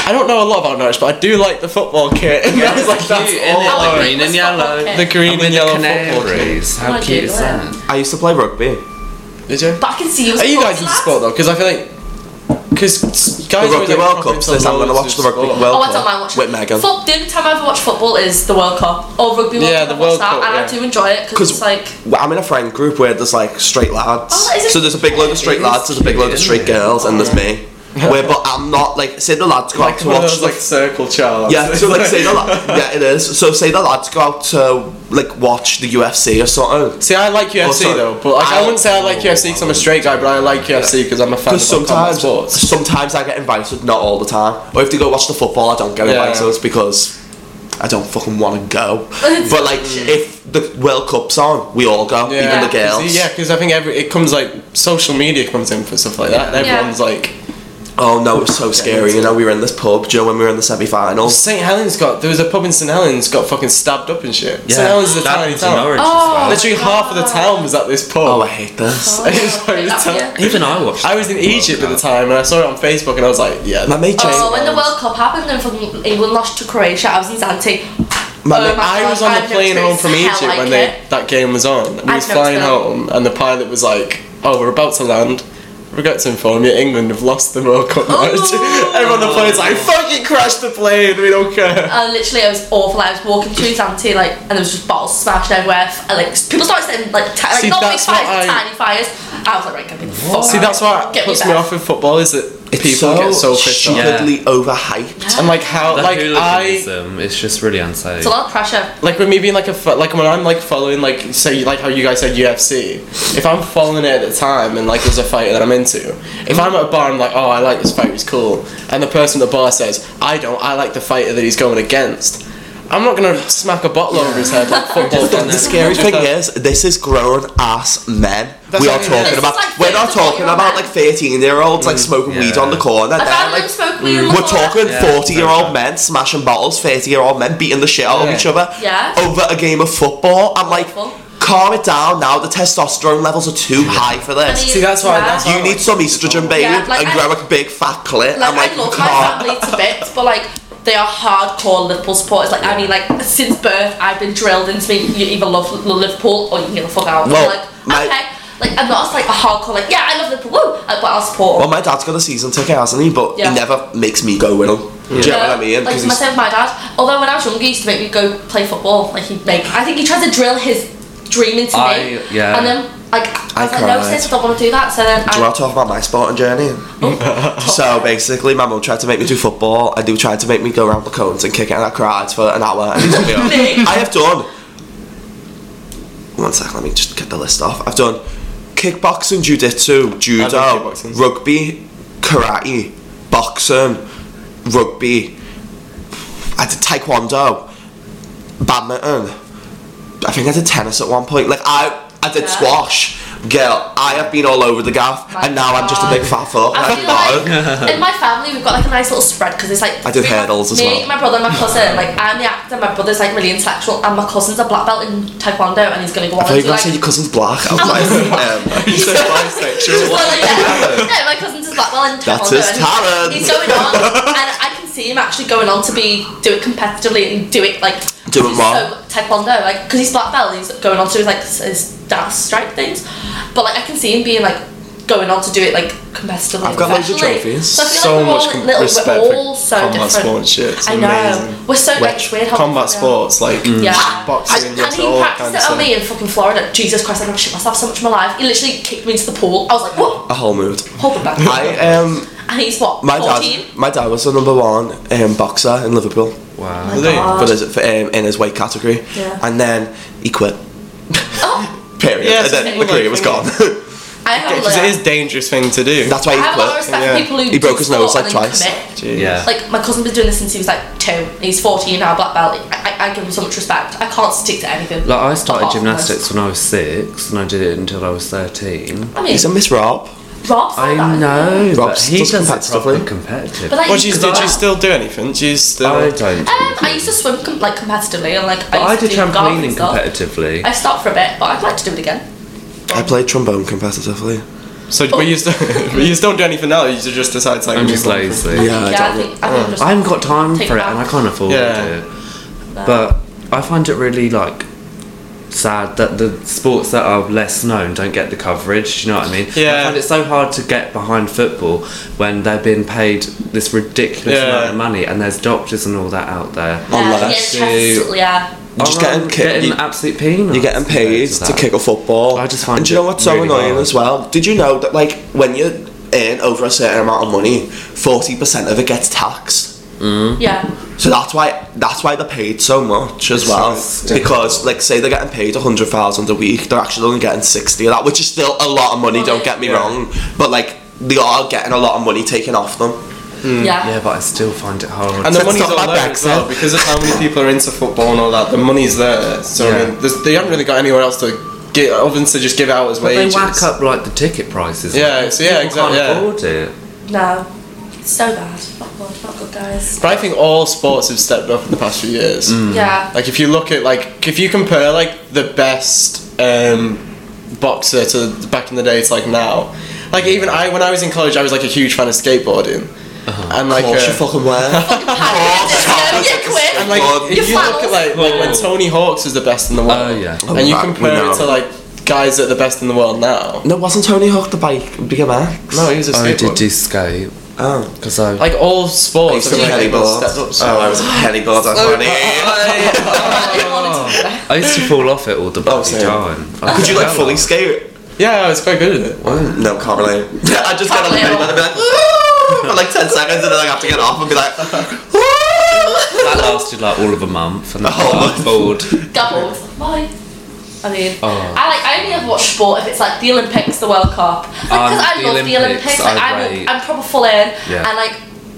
I don't know a lot about Norwich, but I do like the football kit. And I was like, that's cute, all. isn't it? I I Like like green this and football yellow. kit. like. The green and, And yellow the football kit. Canaries. How Oh, I cute do is like that? I used to play rugby. Did you? But I can see you. Are you guys into sport though? Because I feel like, because The guys always, Rugby like, World pop Cup into says I'm gonna loads watch of the Rugby sport. World Oh, Cup I don't mind watching with Megan. Fo- the only time I ever watch football is the World Cup or Rugby World Yeah, Cup. the I watch World that, Cup, and yeah. I do enjoy it 'Cause- because it's like Well, I'm in a friend group where there's like straight lads. Oh, that is so there's a big load of straight cute. lads, there's a big load of straight girls, and there's me. Where, but I'm not like say the lads go out Like to one of watch those like circle charts. Yeah, so like say the la- yeah it is. So say the lads go out to like watch the UFC or something. See, I like UFC Oh, sorry. though, but like, I, I- wouldn't say I like UFC because I'm a straight guy, but I like UFC because I'm a fan of Because like, combat sometimes, sports. sometimes I get invited, not all the time. Or if they go watch the football, I don't get Yeah. invited because I don't fucking want to go. but like if the World Cup's on, we all go, Yeah, even the girls. See, yeah, because I think every it comes like social media comes in for stuff like that, and Yeah. everyone's like, Oh no, it was so scary. it's- You know, we were in this pub, Joe, when we were in the semi-finals. St Helens got there was a pub in St Helens got fucking stabbed up and shit. St Helens is a that tiny was town. Norwich Oh. as well. Literally half of the town was at this pub. Oh, I hate this. Oh, It's like okay, the that's town- yeah. Even I watched. I was in Egypt at the time and I saw it on Facebook and I was like, yeah, My mate James. Oh, when the World Cup happened and fucking England lost to Croatia, I was in Zante. my oh mate- my- I was on the I've plane home from never Egypt when experienced hell they, like that game was on. We was never flying experienced- home, and the pilot was like, "Oh, we're about to land. Regret to inform you, England have lost the World Cup match." Oh. Everyone on the plane's like, "Fucking crash the plane. We don't care." Uh, literally, I was awful. I was walking through Zante, like, and there was just bottles smashed everywhere. f- And, like, people started setting, like, ti- like See, not big that's what fires, but I- tiny fires. I was like, right, get me the fuck See, out. that's what Oh, Get me puts me, back. off with football is that It's people get so pissed off. Yeah. stupidly overhyped. And like how, That like I. hooliganism is just really unsafe. It's a lot of pressure. Like with me being like a fo- like when I'm like following like say like how you guys said UFC, if I'm following it at the time and like there's a fighter that I'm into, if I'm at a bar and I'm like oh I like this fighter he's cool, and the person at the bar says I don't I like the fighter that he's going against, I'm not gonna smack a bottle over his head like football. The, the scary thing is, this is grown ass men. That's we what are I mean, talking yeah. This is about. like we're not 30 to 40 talking about men. like thirteen-year-olds like smoking weed on the yeah. corner. I'd They're rather like, them smoke weed. in the we're corner. talking Yeah, forty-year-old yeah. men smashing bottles, thirty-year-old men beating the shit out Yeah. of each other Yeah. over a game of football. I'm like, Awful. calm it down now. The testosterone levels are too high for And this. See, that's why- that's why- You need some estrogen, baby, Yeah, like, and I- grow a big fat clit. Like, I'm like, I you love can't. my family to bits, but like they are hardcore Liverpool supporters. Like I mean, like since birth, I've been drilled into me. You either love L- Liverpool or you can get the fuck out. Well, I'm like my- okay, like I'm not like a hardcore. Like yeah, I love Liverpool, woo, uh, but I'll support. Well, them. my dad's got a season ticket, hasn't he? But Yeah. he never makes me go with him. Do you know what I mean? Like 'Cause he's- myself, my dad. Although when I was younger, he used to make me go play football. Like he'd make. I think he tried to drill his dream into me. I- yeah. And then like I, I was like, no, cried. sis, I don't want to do that. So then Do you I. Oh, want to talk about my sporting journey? so basically, my mum tried to make me do football, and they tried to make me go around the cones and kick it, and I cried for an hour. And they took me off. Nick. I have done. One second, let me just get the list off. I've done kickboxing, jiu-jitsu, judo, kickboxing. rugby, karate, boxing, rugby. I did taekwondo, badminton. I think I did tennis at one point. Like I, I did Yeah. squash. Girl, I have been all over the gaff, My and now I'm just a big fat fuck. I I, don't feel know. like in my family we've got like a nice little spread because it's like I did three- hurdles as me, well. My brother, and my cousin, like I'm the actor. My brother's like really intellectual, and my cousin's a black belt in taekwondo, and he's gonna go I on thought you and were gonna do like. say your cousin's black. I was like, um, He's so bisexual. Well, like, yeah. no, my cousin's is black belt in That's taekwondo, his and he's- talent. He's going on, and I can see him actually going on to be do it competitively and do it like Do it he's well. So taekwondo, like because he's black belt, he's going on to his like s- his dance strike things, but like I can see him being like going on to do it like competitively. I've got loads of professionally. trophies. So, I feel So like we're much all com- little, respect we're for all so combat different. sports shit. It's I know. amazing. We're so Wet- it's weird how combat different we are. sports, like Yeah. boxing, and, there's and he all practiced kinds of it stuff. on me in fucking Florida. Jesus Christ, I'm gonna shit myself so much in my life. He literally kicked me into the pool. I was like, what? A whole mood. Hold it back. I um, and he's what? my 14? dad, my dad was the number one um, boxer in Liverpool Wow. My Really? God. for his, for, um, in his weight category, Yeah. and then he quit. Oh, Period. Yeah, and so then people the career like was gone. think- I have a Because lot- it is a dangerous thing to do. That's I why he have a lot of quit. respect Yeah. for people who He do broke his sport nose, like, and then twice. commit. Jeez. Yeah. Like my cousin's been doing this since he was like two. and He's fourteen now, black belt. I, I, I give him so much respect. I can't stick to anything. Like I started apart from this. gymnastics when I was six, and I did it until I was thirteen. I mean, He's a Miss Rob. Rob's like that, I isn't he? know, but Rob's he does does it competitively. properly competitive. But like, Well, you geez, could did do you that. still do anything? Do you still? I don't. Um, I used to swim com- like competitively and like but I I used did to do golf trampolining and stuff. competitively. I stopped for a bit, but I'd like to do it again. I played trombone competitively. So, but you still, but you still don't do anything now. You just decide to like. I'm move just on from- lazy. Yeah, I yeah, I don't- think, I think I'm just I haven't got time Take for it it, and I back. can't afford Yeah. it. But I find it really like sad that the sports that are less known don't get the coverage. Do you know what I mean? Yeah. I find it so hard to get behind football when they're being paid this ridiculous Yeah. amount of money, and there's doctors and all that out there. yeah, Unless yeah, chest, yeah. You're just Oh, getting I'm kicked- you- absolute peanuts. You're getting paid compared to that. kick a football. I just find And do you know it what's so really annoying hard. as well? Did you know that like when you earn over a certain amount of money, forty percent of it gets taxed. Mm-hmm. Yeah. So that's why that's why they're paid so much as It's well. so because like say they're getting paid hundred thousand a week, they're actually only getting sixty of that, which is still a lot of money. Don't get me Yeah. wrong, but like they are getting a lot of money taken off them. yeah. Mm, Yeah, but I still find it hard. And the Let's money's talk all about there as Brexit. well because of how many people are into football and all that. The money's there, so Yeah. I mean, there's- they haven't really got anywhere else to get other than to just give out as but they wages. whack up like the ticket prices. Yeah, so yeah, People exactly, yeah. Can't afford it. No. So bad. Not good, not good guys. But I think all sports have stepped up in the past few years. Mm. Yeah. Like if you look at like if you compare like the best um, boxer to back in the day to like now, like even I when I was in college I was like a huge fan of skateboarding, Uh-huh. and like Of course you uh, fucking were. Fucking pack it, you quit. and like God. if you Your look at like like when flannels. Tony Hawk's was the best in the world, Oh, yeah. and you Back compare now. it to like guys that are the best in the world now. no, wasn't Tony Hawk the bike bigger man? No, he was a I Oh, did skateboarder. do skate Oh. because I Like all I sports, used to have, like, pennyboard. stepped up. so Oh, I was a pennyboard. I was funny. I used to fall off it all the bloody Oh, same. time. I Could you like fell fully off. skate? yeah, I was quite good at it. No, can't relate. I just get Can't on the relate. penny and be like, "Ooh," for like 10 seconds and then I have to get off and be like, "Ooh." That lasted like all of a month, and then whole I month. got bored. doubled. Why? I mean, Oh. I like. I only ever watch sport if it's like the Olympics, the World Cup, because Um, I the love the Olympics. Olympics, Like, I I'm, rate. I'm proper full in, Yeah. and like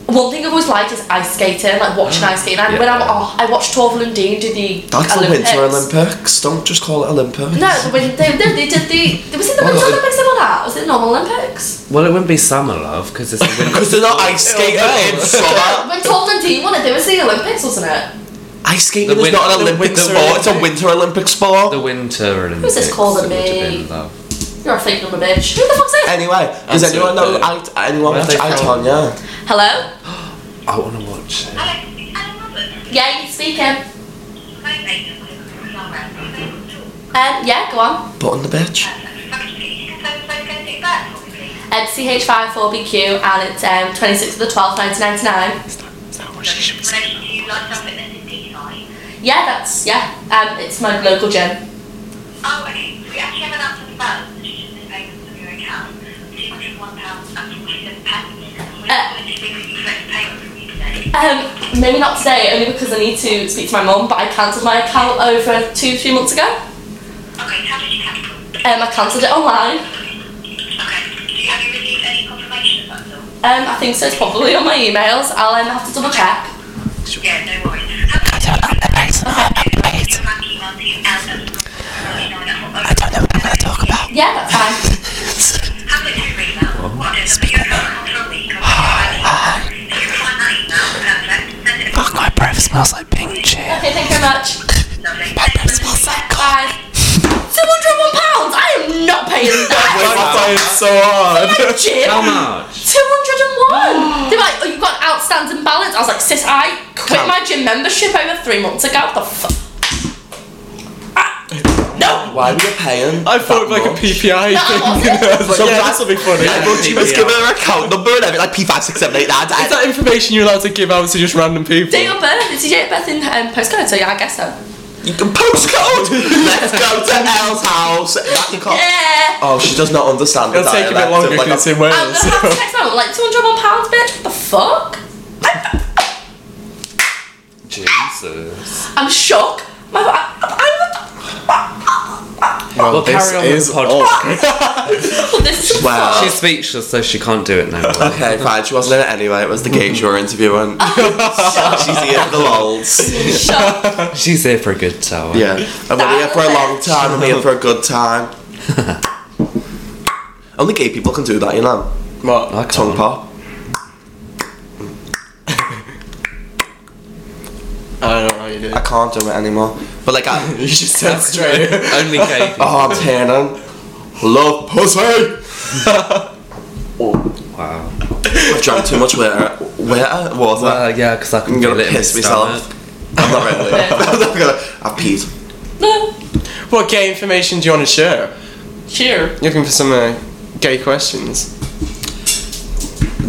one thing I've always liked is ice skating, like watching ice skating. And when Yeah. I'm, oh, I watched Torval and Dean do the That's the Olympics. Winter Olympics. Don't just call it Olympics. No, the win- they, they, they did the. Was it the Well, Winter it- Olympics they were at? Was it the normal Olympics? Well, it wouldn't be summer love because it's the winter. Because they're not ice skating in summer. When Torval and Dean won it, there was the Olympics, wasn't it? Ice skating The is win- not an the Olympic winter sport, it's a Winter Olympic the sport. winter Olympics. this called it would have me? been love. You're a fake number bitch. Who the fuck's it? Anyway, does Answer anyone it, know though. I, anyone Where's watch they I, from? Tonya? Hello? I want to watch it. Yeah, you speaking? Um, yeah, go on. Button the bitch. Um, CH54BQ and it's um, 26th of the 12th, 1999. Yeah, that's, yeah, um, it's my local gym. Um, maybe not today, only because I need to speak to my mum, but I cancelled my account over two, three months ago. Um, I cancelled it online. Um, I think so, it's probably on my emails. I'll um, have to double check. Yeah, no worries. I don't know I don't know what I'm going to talk about. Yeah, that's fine. Have it to read that. What is the control week? You find that email, perfect. Send it. Fuck, my breath smells like pink shit. okay, thank you very much. Lovely. My breath smells like cock. Bye. £201? I am not paying that! I so hard. Gym? How much? 201! They're like, oh, you've got an outstanding balance. I was like, sis, I quit my gym membership over three months ago. What the fuck? Ah, no! why were you paying? I thought it was like a PPI thing. You know? I was like, So yeah, that- this will be funny. I thought she was Yeah. giving her account number and everything, like P five six seven eight nine. Is that information you're allowed to give out to just random people? Date of birth? Is your date of birth in um, postcode? So yeah, I guess so. You can postcode. Let's go to Elle's house. That cop- Yeah. Oh, she does not understand. It'll the take a bit dialect longer of, like, because it's in Uh, I'm Wales. gonna have to so- text my like two hundred one pounds, bitch. The fuck? Jesus. I'm shook. My, I, I, Well, this carry on is with the podcast. I'm, well, Oh, this is Wow. She's speechless, so she can't do it no more. Okay, fine. She wasn't in it anyway. It was the gate you were interviewing. She's here for the lols. shock. She's here for a good tower. Yeah. And we're here for a long time. We're here for a good time. Only gay people can do that, you know. What? I can't. Tongue pop. I don't know how you do. I can't do it anymore. But like, I, You just said straight. Only gay people. oh, I'm turning. Love pussy. Wow. I've drank too much water. Water? Water? Well, yeah, because I can I'm feel gonna it in my piss myself. stomach. I'm not ready. I'm not gonna. I've peed. No. what gay information do you want to share? Cheer. Looking for some uh, gay questions.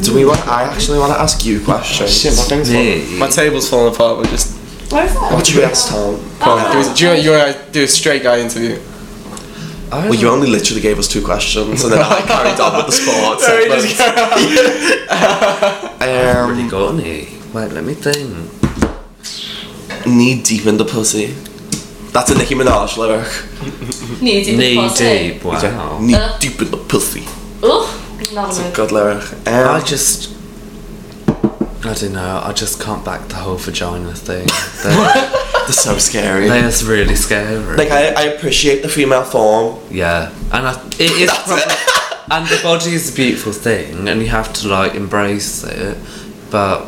Do we want? I actually want to ask you questions. Shit, my thing's Me? falling. My table's falling apart. We're just. Where's that? What do you ask, Tom? Come on, do, we- do you, you want to do a straight guy interview? I Well, you only literally gave us two questions, and then I carried on with the sports. Sorry, just um, got any. Wait, let me think. knee deep in the pussy. That's a Nicki Minaj lyric. Knee deep. Knee deep. Yeah. Wow. Knee Uh. deep in the pussy. Ugh. Not a move. Good lyric. I Um, just. I don't know. I just can't back the whole vagina thing. They're, they're so scary. they're just really scary. Like I, I appreciate the female form. yeah, and I, it is. prob- and the body is a beautiful thing, and you have to like embrace it. But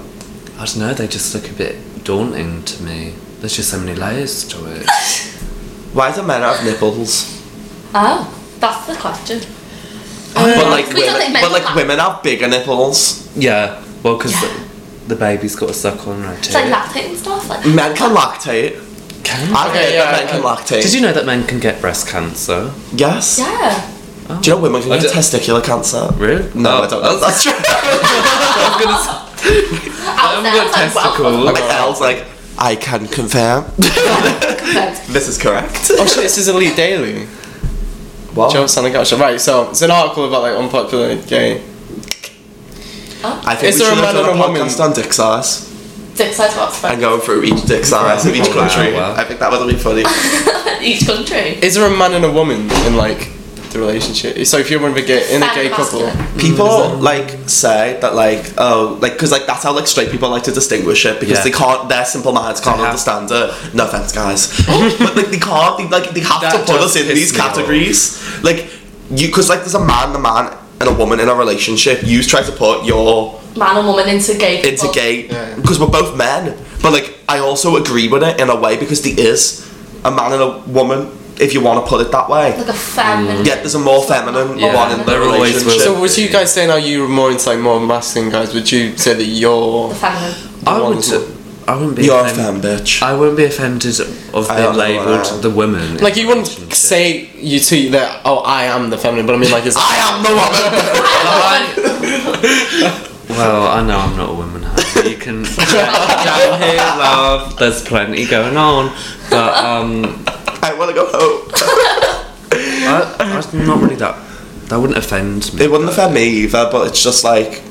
I don't know. They just look a bit daunting to me. There's just so many layers to it. Why do men have nipples? Oh, that's the question. Um, but like we don't women, think men but like have- women have bigger nipples. Yeah. Well, because the, the baby's got a suck on right It's like lactate and stuff. Like, Men can lactate. Can I've heard yeah, that men can lactate. Did you know that men can get breast cancer? Yes. yeah. Do you know women can I get d- testicular cancer? Really? No, Oh, I don't know. That's true. Out there, I was like, wow. like Elle's like, I can confirm. this is correct. Oh shit, this is Elite Daily. What? Joe Sanagacha. Right, so it's an article about like unpopular gay. I think Is we there a should have man done a and a woman? podcast on dick size Dick size what's and going through each dick size of each Oh, wow, country. wow. I think that would be funny. each country. Is there a man and a woman in like the relationship? So if you're one of a gay in a gay couple, Vascular. Mm-hmm. People like say that like oh like because like that's how like straight people like to distinguish it because Yeah. they can't their simple minds can't have- understand it. No offense, guys, but like they can't they, like they have That to put does us in piss these me off. categories. Like you because like there's a man, a man, and a woman in a relationship. You try to put your Man and woman into gay. into people. gay Yeah. because we're both men. But like I also agree with it in a way because there is a man and a woman if you want to put it that way. Like a feminine. Yet there's a more feminine Yeah, one in the there always will relationship. so was you guys saying how you were more into like more masculine guys? Would you say that you're The feminine. I one would. I wouldn't be. You're a offended- fan bitch. I wouldn't be offended of I being don't know what I am. labelled the woman. in like you wouldn't relationship. say you to that? Oh, I am the feminine, but I mean like it's I am the woman. Well, I know I'm not a woman. Harry. You can down here, love. There's plenty going on, but um, I want to go home. I, I'm not really that. That wouldn't offend me. It wouldn't offend me either, but it's just like,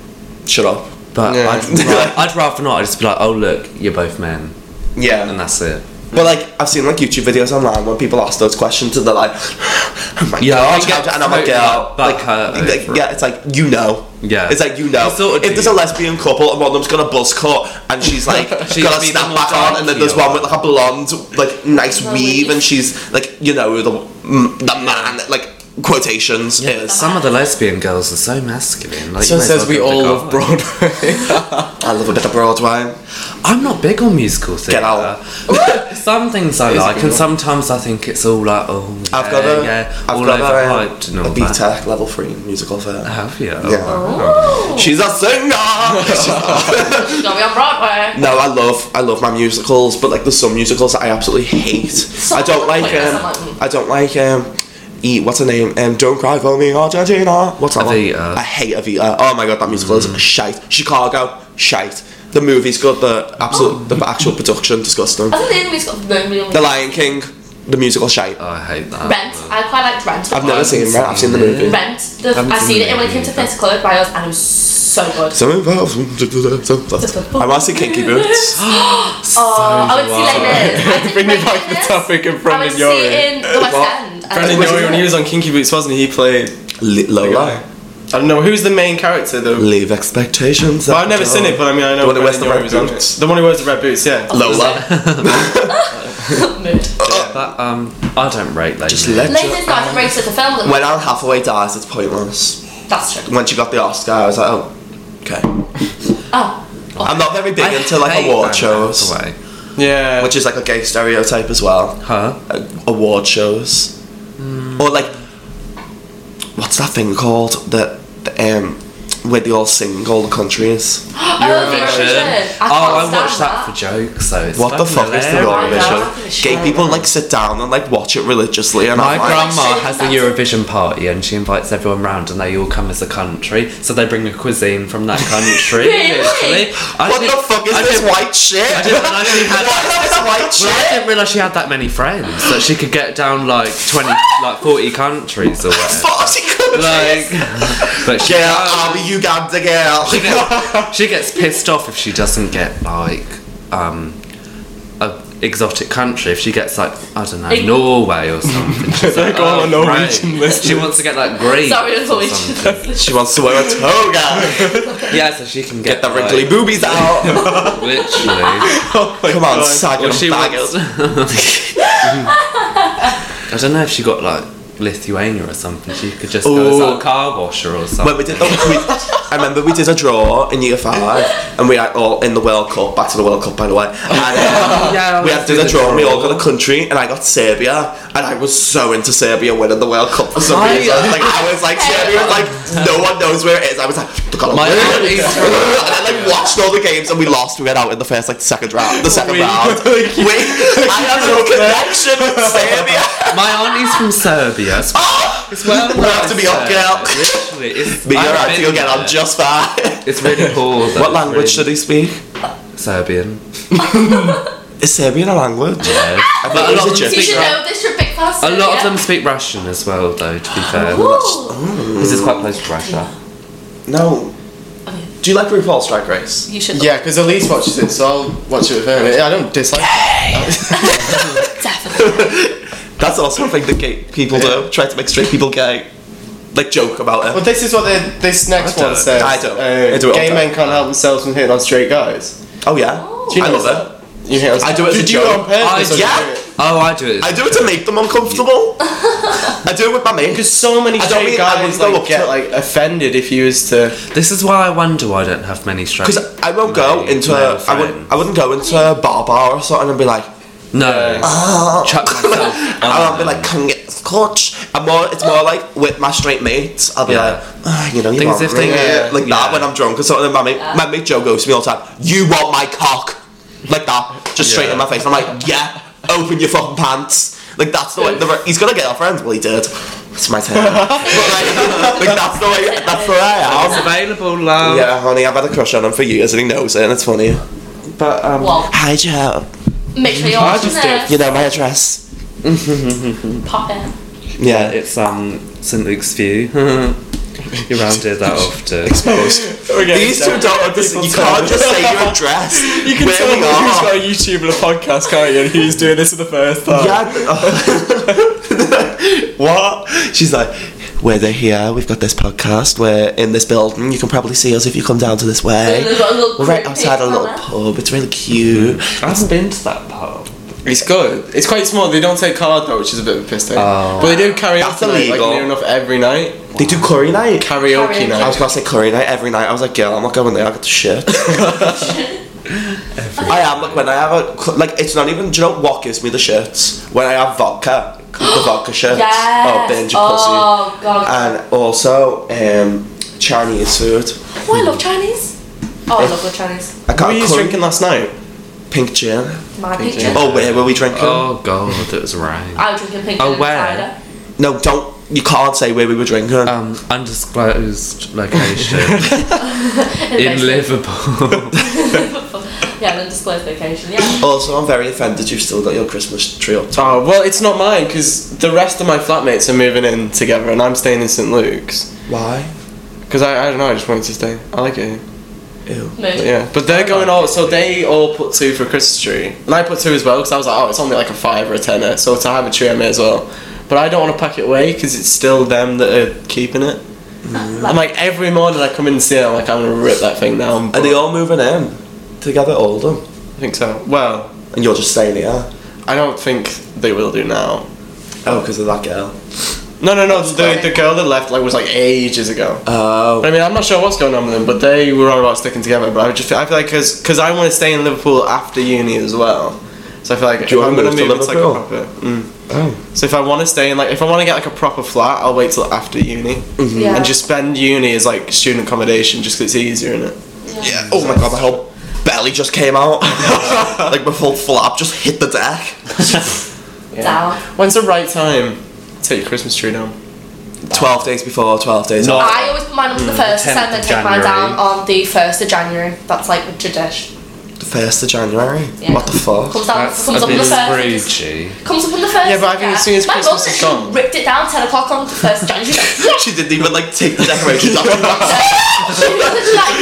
shut up. But Yeah. I'd, ra- I'd rather not. I'd just be like, oh look, you're both men, and Yeah. that's it. But like, I've seen like YouTube videos online when people ask those questions and they're like, oh my Yeah, god, I get how- and I'm like, totally yeah, like like, butthurt like, over yeah, it's like, you know. Yeah. It's like, you know. You sort of if do. there's a lesbian couple and one of them's got a buzz cut and she's like, She's got a even snap more back on, and then there's dark-eyed. one with like a blonde, like, nice No, weave weave. and she's like, you know, the, mm, the man, like, quotations is. Some of the lesbian girls are so masculine. Like, So you may as says well we go all big love on. Broadway. I love a bit of Broadway. I'm not big on musical theatre. Get out. Some things I It is a like, good and one. sometimes I think it's all like, oh, yeah, I've got a, yeah, have all got a, overhyped and all a that. BTEC level three musical theatre. Have you? Oh, She's a singer. She's gonna be on Broadway. no, I love I love my musicals, but like there's some musicals that I absolutely hate. I don't like like um, that, some like- I don't like um. E, what's her name? Um, Don't Cry For Me, Argentina. What's that one? Evita. I hate Evita. Oh my god, that musical is shite. Chicago, shite. The movie's good, but absolute, the actual production, disgusting. I think the enemy's got the real The Lion King, the musical, shite. I hate that. Rent. I quite liked Rent. I've never seen that. I've seen the Yeah. movie. Rent. The, Haven't I seen seen it it and when it came to either. Theatre Colored by us, and it was so good. So involved. I want to see Kinky Boots. Oh, I would see wow. Lane Bring me back the topic in front I would of see it in the West What? End. Brendan Wait, Noy, when yeah. he was on Kinky Boots, wasn't he? He played Li- the guy. Lola. I don't know who's the main character though. Leave expectations. Well, I've never seen it, but I mean, I know The one who Brendan wears the Urie red was on boots. it. The one who wears the red boots, yeah. Lola. Mood. But um, I don't rate Lady. Just Gaga. let Lane is your- not race with the film. When Anne Hathaway dies, it's pointless. That's true. When she got the Oscar, I was like, oh, okay. Oh. I'm not very big I into like hate Anne award shows, Hathaway. Yeah. which is like a gay stereotype as well. Her? Uh, award shows, Hmm. or like, what's that thing called that that, um where they all sing all the countries? Oh, Eurovision. I oh, I can't watched stand that for jokes. So it's What the fucking fuck is the hilarious. Eurovision? Eurovision? Gay people like sit down and like watch it religiously, and My I'm like, grandma has a Eurovision party and she invites everyone round and they all come as a country. So they bring a cuisine from that country. Really? literally. I what didn't- the fuck is I this didn't- white shit? I didn't realise she had- what is this white Well, I shit? didn't realise she had that many friends. That she could get down like twenty, like forty countries or whatever. Party countries. Like, but she, girl, I'll be Uganda girl. she gets pissed off if she doesn't get like um a exotic country. If she gets like I don't know Ig- Norway or something. She's They're like, going "Oh, on Norwegian great." list. She wants to get like Greece. Sorry, or that's what we something. she wants to wear a toga. Yeah, so she can Get get, the wrinkly like, boobies out. Literally. Oh my Come on, God. sag Or and she bag wants- it. I don't know if she got like Lithuania or something. She could just Ooh. go as like, a car washer or something. When we did, the, we, I remember we did a draw in year five, and we had all in the World Cup. Back to the World Cup, by the way. And, um, Yeah, we had let's did do a the draw, and we all draw. got a country, and I got Serbia, and I was so into Serbia winning the World Cup for some I- reason. Like I was like Serbia, like no one knows where it is. I was like, they gotta My win. aunt is from- and I like watched all the games, and we lost. We got out in the first like second round, the second round. We, I have no connection with Serbia. My auntie's from Serbia. It's it's well, We'll Ah! have to be up, girl. Literally, it's, But you're I've right, been you'll get on there. just fine. It's really poor. Though. What language it's should he really speak? Serbian? Is Serbian a language? Yeah. thought but it a was a lot, of them, joke. You speak should Ru- know this. You're a big fan. a lot yeah? of them speak Russian as well, though. To be fair, Ooh. this is quite close to Russia. No. Do you like RuPaul Strike Race? You should. Yeah, because Elise watches it, so I'll watch it with her. Yeah, I don't dislike it. Definitely. That's also a thing that gay people do. Try to make straight people gay. Like joke about Well, it. this is what they, this next I don't. one says. I don't. Uh, I do it all gay the men can't help themselves from hitting on straight guys. Oh yeah. Do you I know love that? it. You hit on I do it as a Did you joke. on purpose I- or yeah. do it? Oh, I do it. I do it to make them uncomfortable. I do it with my mate. Because so many I don't straight mean- I guys wouldn't go like, up get to- like offended if you was to. This is why I wonder why I don't have many straight. Because I won't go male- into male a, I wouldn't friends. I wouldn't go into a bar bar or something and be like No. Chuck myself. and I'll be like can I get this clutch. I'm more it's more like with my straight mates. I'll be Yeah. like ah, you know you Things want if me," they- like yeah. that when I'm drunk or something. And my mate my mate Joe goes to me all the time. You want my cock like that just straight Yeah. in my face. And I'm like yeah open your fucking pants. Like that's the way the, he's gonna get our friends. Well he did. It's my turn. but like, like that's the way that's the way I am. It's available, love. Yeah, honey, I've had a crush on him for years and he knows it and it's funny. But, um. Well, Hi, Joe. make sure you're I watching just this. You know my address? Pop in. Yeah. It's It's um St Luke's View. You're around here that often. exposed. These two don't understand. You can't just say your address. You can where tell we who's got are. a YouTube and a podcast, can't you? And who's doing this for the first time? Yeah. th- what? She's like, we're the here, we've got this podcast, we're in this building, you can probably see us if you come down to this way. They've got a little We're right group outside a pic little on there. pub, it's really cute. I haven't been to that pub. It's good. It's quite small. They don't take card though, which is a bit of a piss take. Oh. But they do karaoke That's night, like illegal. near enough every night. They do curry night. Karaoke, Karaoke. night. I was gonna say curry night every night. I was like, girl, I'm not going there. I got the shit. I am like when I have a cl- like it's not even do you know what gives me the shits when I have vodka the vodka shits oh Yes. binge you Oh, God. pussy and also um, Chinese food Oh, I love Chinese. Oh, I love good Chinese. I What got were you curry- drinking last night? pink gin My Thank pink you. gin. oh where were we drinking Oh god, it was rain. I was drinking pink Oh, gin and where? cider. no don't you can't say where we were drinking Oh. Um, undisclosed location in basement. Liverpool. Yeah, an undisclosed location. Yeah. also I'm very offended you've still got your Christmas tree up top Oh well, it's not mine because the rest of my flatmates are moving in together, and I'm staying in St Luke's. why Because I, I don't know, I just wanted to stay. I like it. here. ew Mood. But yeah, but they're going all. So they all put two for Christmas tree, and I put two as well because I was like, oh, it's only like a five or a tenner. So to have a tree, I may as well. But I don't want to pack it away because it's still them that are keeping it. I'm like every morning I come in and see it. I'm like I'm gonna rip that thing down. are but they all moving in together all of them I think so. Well, and you're just staying here I don't think they will do now. oh because of that girl No, no, no. The, the girl that left like was like ages ago. oh I mean, I'm not sure what's going on with them, but they were all about sticking together. But I just feel, I feel like because I want to stay in Liverpool after uni as well. So I feel like Do you if wanna I'm gonna move to move, it's like a Liverpool? proper. Mm. oh So if I want to stay in like if I want to get like a proper flat, I'll wait till after uni Mm-hmm. Yeah. and just spend uni as like student accommodation just 'cause it's easier in it. Yeah. Oh my god, my whole belly just came out. like my full flap just hit the deck. Down. When's the right time to take your Christmas tree down? Twelve days before, twelve days No. after. I always put mine up on the first, and 10th then of take mine January. down on the first of January. That's like the tradition. The first of January. Yeah. What the fuck? Comes down, That's comes a up on the bit first. scroogey. Comes up on the first. Yeah, but I think as soon as My mum Christmas is literally gone- ripped it down ten o'clock on the first of January. She's like, she didn't even like take the decorations off. Happy she was literally like,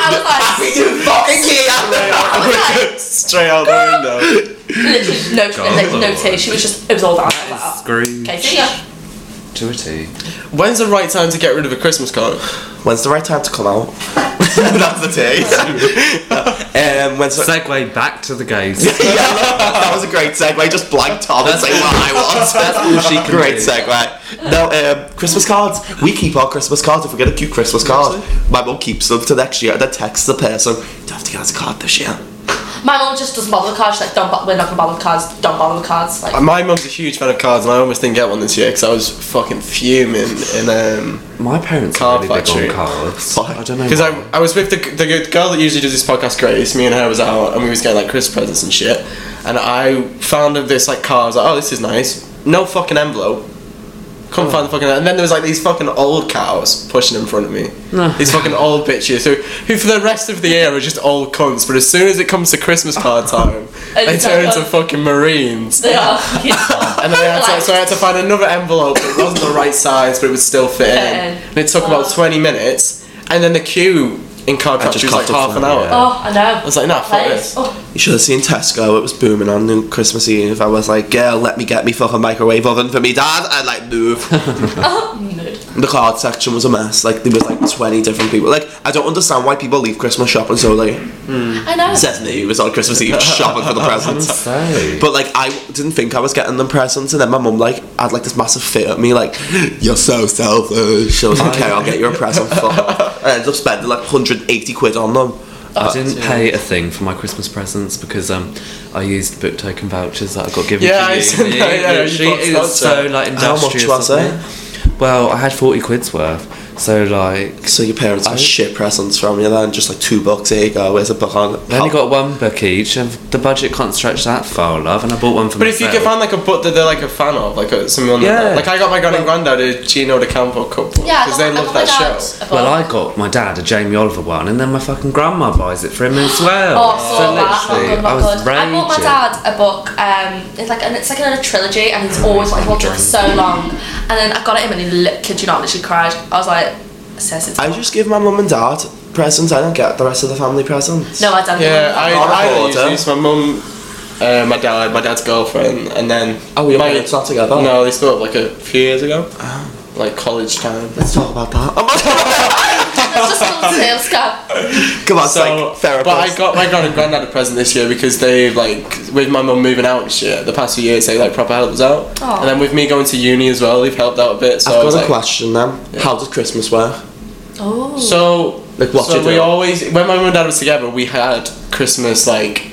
I was New fucking year. like, Straight out the window. literally no, like, no tears. She was just, it was all down. I was like, Scrooge Okay, see ya. to a T. When's the right time to get rid of a Christmas card? When's the right time to come out? That's the day. um, when's the- Segue back to the gays. yeah, that was a great segue. Just blank Tom and say what I want. That's all she can Great do. segue. No, um, Christmas cards. We keep our Christmas cards if we get a cute Christmas card. My mum keeps them till next year and then texts the person, don't have to get us a card this year. My mum just doesn't bother with cards. She's like, don't, bo- we're not gonna bother with cards. Don't bother with cards. Like, My mum's a huge fan of cards, and I almost didn't get one this year because I was fucking fuming. And um, My parents Card are really big factory. on cards. Why? I don't know. because why. I, I was with the, the good girl that usually does this podcast, Grace. Me and her was out, and we was getting like Christmas presents and shit. And I found of this like card. I was like, oh, this is nice. No fucking envelope. Couldn't find the fucking. And then there was like these fucking old cows pushing in front of me. These fucking old bitches who, who for the rest of the year are just old cunts. But as soon as it comes to Christmas card time, they turn into fucking marines. they are. And then I had to, so I had to find another envelope that wasn't the right size, but it was still fit in. Fit in. And it took about 20 minutes. And then the queue in card I just factory was like coughed up half an for hour. that, Oh, I know. I was like, nah, fuck this. Oh, You should have seen Tesco. It was booming on New- Christmas Eve. I was like, girl, let me get me fucking microwave oven for me dad. I like move. oh, mood. the card section was a mess. Like there was like twenty different people. Like I don't understand why people leave Christmas shopping so late. I know. Says me who was on Christmas Eve shopping for the presents. Say. But like I didn't think I was getting them presents, and then my mum like had like this massive fit at me, like you're so selfish. I was like, okay, I'll get you a present. Fuck. off." And I ended up spending like 180 quid on them. I didn't pay uh, a thing for my Christmas presents because um, I used book token vouchers that I got given Yeah, to I me. said that, yeah, you she bought is so voucher. like How much industrious. was of it? me. Well, I had forty quid's worth. So like, So your parents got I- shit presents from you then, just like two bucks. Here you go. Where's a book on? it?" I only got one book each, and the budget can't stretch that far, love. And I bought one for But if you myself. can find like a book that they're like a fan of, like a, someone that, Yeah. like I got my grand and granddad a Gino De Campo cup Yeah, because they love that show. Well, I got my dad a Jamie Oliver one, and then my fucking grandma buys it for him as well. Oh, I saw that. so Not literally, good, I not was good. I bought my raging. dad a book. Um, it's like and it's like a trilogy, and he's always like wanted it for so long. And then I got it him, and he li- kid you not, literally cried. I was like, says it's. I just give my mum and dad presents. I don't get the rest of the family presents. no, I don't. Yeah, I, Not a I don't hoarder. usually use my mum, uh, my dad, my dad's girlfriend, and then Oh, your my, parents not together? Ah. No, they split up like a few years ago, like college time. Let's talk about that. it's just a little tail scab. Come on, So, psych but therapist. I got my grand granddad a present this year because they like with my mum moving out and shit. The past few years they like proper helped us out, Aw. and then with me going to uni as well, they've helped out a bit. So I I've was got a like- question then. How does Christmas work? Oh. So Like, what so you we do? always when my mum and dad was together, we had Christmas like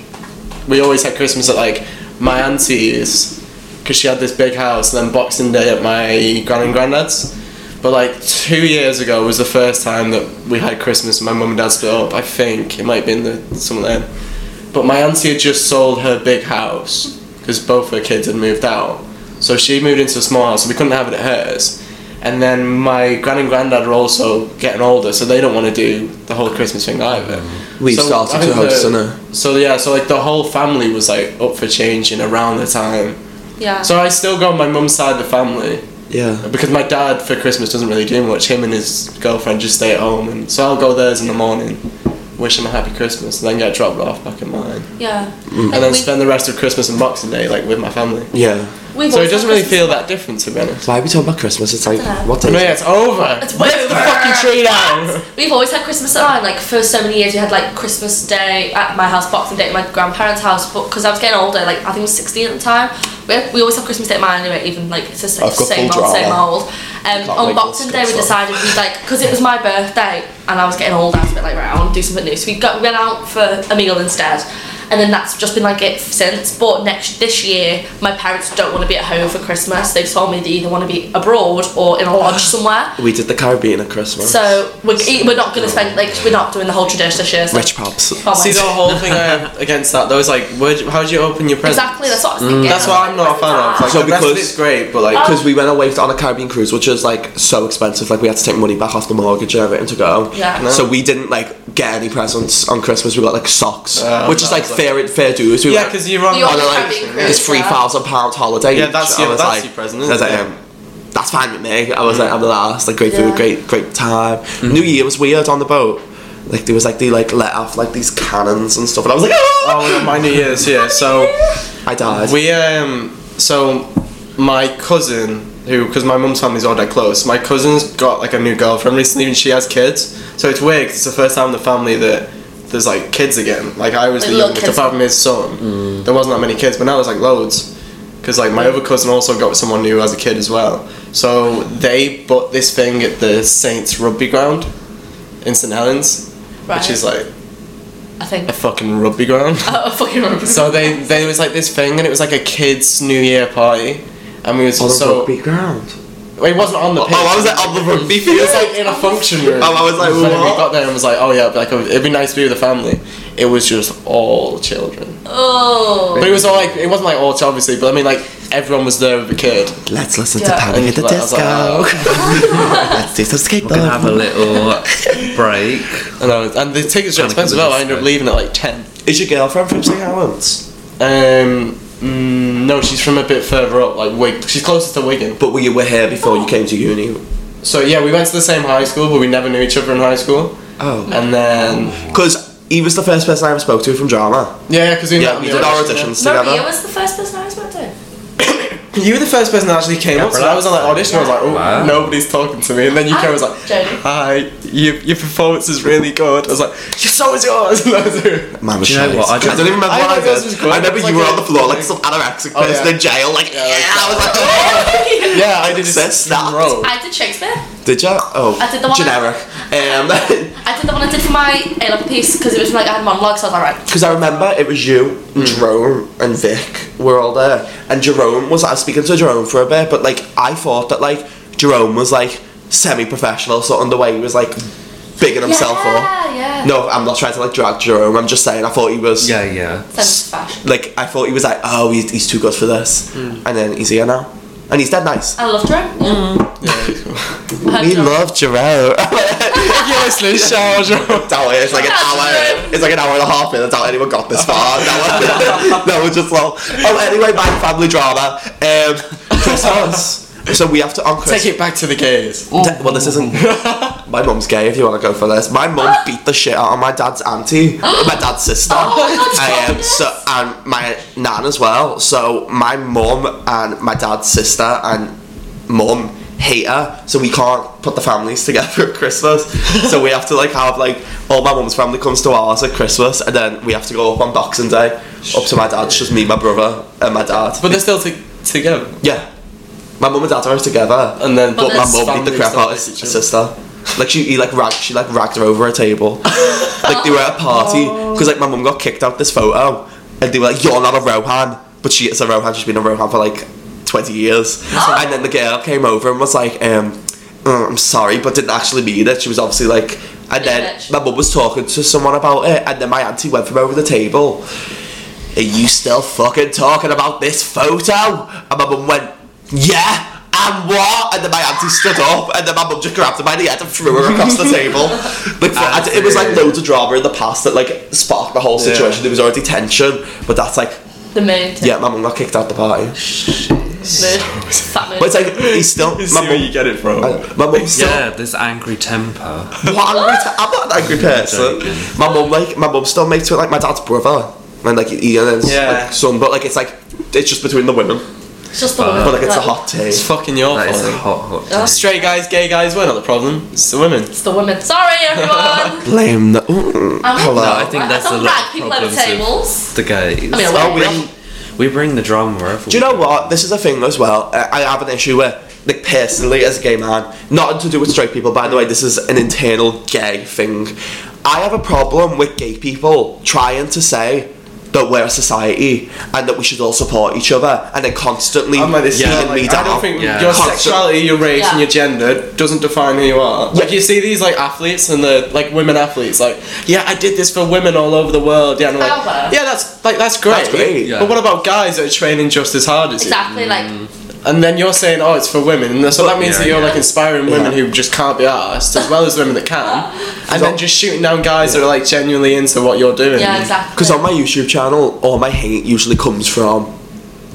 we always had Christmas at like my auntie's because she had this big house, and then Boxing Day at my gran and granddad's. But like two years ago was the first time that we had Christmas. and My mum and dad split up. I think it might have been the something then. But my auntie had just sold her big house because both her kids had moved out. So she moved into a small house, and we couldn't have it at hers. And then my gran and granddad are also getting older, so they don't want to do the whole Christmas thing either. We So started I think to host the- dinner. So yeah, so like the whole family was like up for changing around the time. Yeah. So I still go on my mum's side of the family Yeah. because my dad for Christmas doesn't really do much. Him and his girlfriend just stay at home, and so I'll go theirs in the morning, wish them a happy Christmas, and then get dropped off back at mine, yeah. Mm. and then we, spend the rest of Christmas and Boxing Day like with my family. Yeah. we've So it always doesn't had really Christmas- feel that different to be honest. Why are we talking about Christmas? It's like, Yeah. what day? No, is yeah, it? it's over. It's Rip the over. fucking tree down. We've always had Christmas at mine. Like for so many years, we had like Christmas Day at my house, Boxing Day at my grandparents' house. But because I was getting older, like I think I was 16 at the time, we, had, we always have Christmas Day at mine anyway. Even like it's just like I've got same full old, same drama. old. Um, wait on for Boxing this Day, we to start. decided we'd like because it was my birthday and I was getting older. I was a bit like right, I want to do something new. So we got we went out for a meal instead. And then that's just been like it since. But next this year, my parents don't want to be at home for Christmas. They've told me they either want to be abroad or in a lodge somewhere. We did the Caribbean at Christmas. So we're, we're not going to spend like we're not doing the whole tradition this year. So Rich pubs. Oh my See the God. whole thing I have against that though is like, where, do- how do you open your presents? exactly. That's what I was thinking. Mm. That's what I'm not a fan of. Like, So the rest of because- it's great, but like, Because we went away on a Caribbean cruise, which is like so expensive. Like we had to take money back off the mortgage and everything to go. Yeah. No. So we didn't like get any presents on Christmas. We got like socks, Uh, which is no, like it's like- fair fair dues. We yeah, went because you're on. Oh. You're on a, on like Caribbean cruise, this three thousand pound holiday. Yeah, that's each. your- I was that's like, your present, I was isn't like, it? um, that's fine with me. I was like, I'm the last. Like great Yeah. food, great great time. Mm-hmm. New Year was weird on the boat. Like there was like they like let off like these cannons and stuff, and I was like, ah! Oh, yeah, my New Year's, yeah. So I died. we um, so my cousin who, because my mum's family's all dead close, my cousin's got like a new girlfriend recently, and she has kids. So it's weird. 'cause it's the first time in the family that there's like kids again. Like I was the Like, little youngest, kids. apart from his son. There wasn't that many kids, but now there's like loads. Because like my other cousin also got someone new as a kid as well. So they bought this thing at the Saints rugby ground in St Helens, Right. which is like I think. a fucking rugby ground. I fucking remember. So they there was like this thing, and it was like a kids' New Year party, and we was on the so rugby ground. Well, it wasn't on the Oh, pitch. I was like on the rugby It field. was like in a function room. Oh, I was like, when we what? got there and was like, oh yeah, like it'd be nice to be with the family. It was just all children, oh. but it was all like it wasn't like all children, obviously, but I mean like everyone was there with a kid. Let's listen to Yeah. Panic at the Like, I was Disco. like, oh. Let's do some We can have skateboarding. a little break. and, I was, and the tickets were Panic at the expensive. Oh, I ended up Disco. leaving at like ten. Is your girlfriend from St. Helens? Um, mm, no, she's from a bit further up, like Wig. She's closest to Wigan. But we were here before you came to uni. So yeah, we went to the same high school, but we never knew each other in high school. Oh. And then Because he was the first person I ever spoke to from drama. yeah, because we, met Yeah, on we the did our audition. auditions Maria together. was the first person I was about to. You were the first person that actually came up, so I was on that audition. I was like, oh, Wow. nobody's talking to me. And then you came, I was like, Jodie. hi, your your performance is really good. I was like, "Yeah, so was yours. And I was like- Man, was Do you know shite. what? I don't- I don't even remember I what I thought this was did. good. I remember It's you were like a- on the floor like some anorexic Oh, person yeah. in jail. Like, yeah, like I was like, oh. yeah, I did Says this that. role. I did Shakespeare. Did you? Oh, I did the one- generic. Um, I did the one I did for my A level piece because it was like I had monologues. So I was like, right. Because I remember it was you, and Jerome, and Vic were all there. And Jerome was, I was speaking to Jerome for a bit, but like, I thought that like Jerome was like semi professional, so on the way he was like bigging himself up. yeah, yeah. No, I'm not trying to like drag Jerome, I'm just saying I thought he was. Yeah, yeah. Sounds fashion. Like, I thought he was like, oh, he's, he's too good for this. And then he's here now. And he's dead nice. I loved her. Mm. Yeah, it's cool. I had We Jerome. love Jerome. Honestly, shout out. Don't worry, it's like an hour. It's like an hour and a half in. I doubt anyone got this far. That was, that was just well. Oh, anyway, my family drama. Um, Christmas. So we have to on Christmas. Take it back to the gays. Well, this isn't. My mum's gay. If you want to go for this, my mum beat the shit out of my dad's auntie, my dad's sister. Oh, that's I am fabulous. so, and my nan as well. So my mum and my dad's sister and mum hate her, so we can't put the families together at Christmas. so we have to like have like all my mum's family comes to ours at Christmas, and then we have to go up on Boxing Day up to my dad's, just me, my brother, and my dad. But they're still t- together. yeah, my mum and dad are together, And then, but But my that's mum beat the crap out of his sister. Like she, he like ragged, she like ragged her over a table. like they were at a party because like my mum got kicked out this photo, and they were like, "You're not a Rohan," but she is a Rohan. She's been a Rohan for like twenty years. and then the girl came over and was like, um, "Mm, "I'm sorry," but didn't actually mean it. She was obviously like, and then Bitch. my mum was talking to someone about it, and then my auntie went from over the table. Are you still fucking talking about this photo? And my mum went, Yeah, and what? And then my auntie stood up, and then my mum just grabbed her by the head and threw her across the table. Like, for, and it was like loads of drama in the past that like sparked the whole situation. There was already tension, but that's like, The moon. yeah, my mum got kicked out the party. Moon. Fat moon. But it's like, he's still, You my see where you mum, get it from. I- my mum's still Yeah, this angry temper. What? I'm, not- I'm not an angry person. My mum like my mum still makes it like my dad's brother and like Ian and Yeah. like, son, but like it's like it's just between the women. it's just Uh, the But woman. like it's a hot take. It's fucking your That is a fault. hot, hot. Oh, take. Straight guys, gay guys, we're not the problem. It's the women. It's the women. Sorry, everyone. Blame the. Mm, I'm hello. not- No, I think I- I that's a don't lot rag of people over problems with tables. The gays. I mean, I I'll won't bring- rag- we bring the drama wherever. Do you know what? This is a thing as well. Uh, I I have an issue with, like, personally, as a gay man, not to do with straight people, by the way, this is an internal gay thing. I have a problem with gay people trying to say that we're a society and that we should all support each other and then constantly I'm like this. beating Yeah, like, me I down. don't think Yeah. your Constant- sexuality, your race, Yeah. and your gender doesn't define who you are. Like Yeah. you see these like athletes and the like women athletes, like yeah, I did this for women all over the world. Yeah, and I'm However- like yeah, that's like that's great. That's great. Yeah. But what about guys that are training just as hard as Exactly, Mm. like, you? And then you're saying oh, it's for women, and so that means Yeah, that you're yeah. like inspiring women Yeah. who just can't be asked, as well as women that can, and all- then just shooting down guys that are like genuinely into what you're doing. yeah, exactly. Because on my YouTube channel, all my hate usually comes from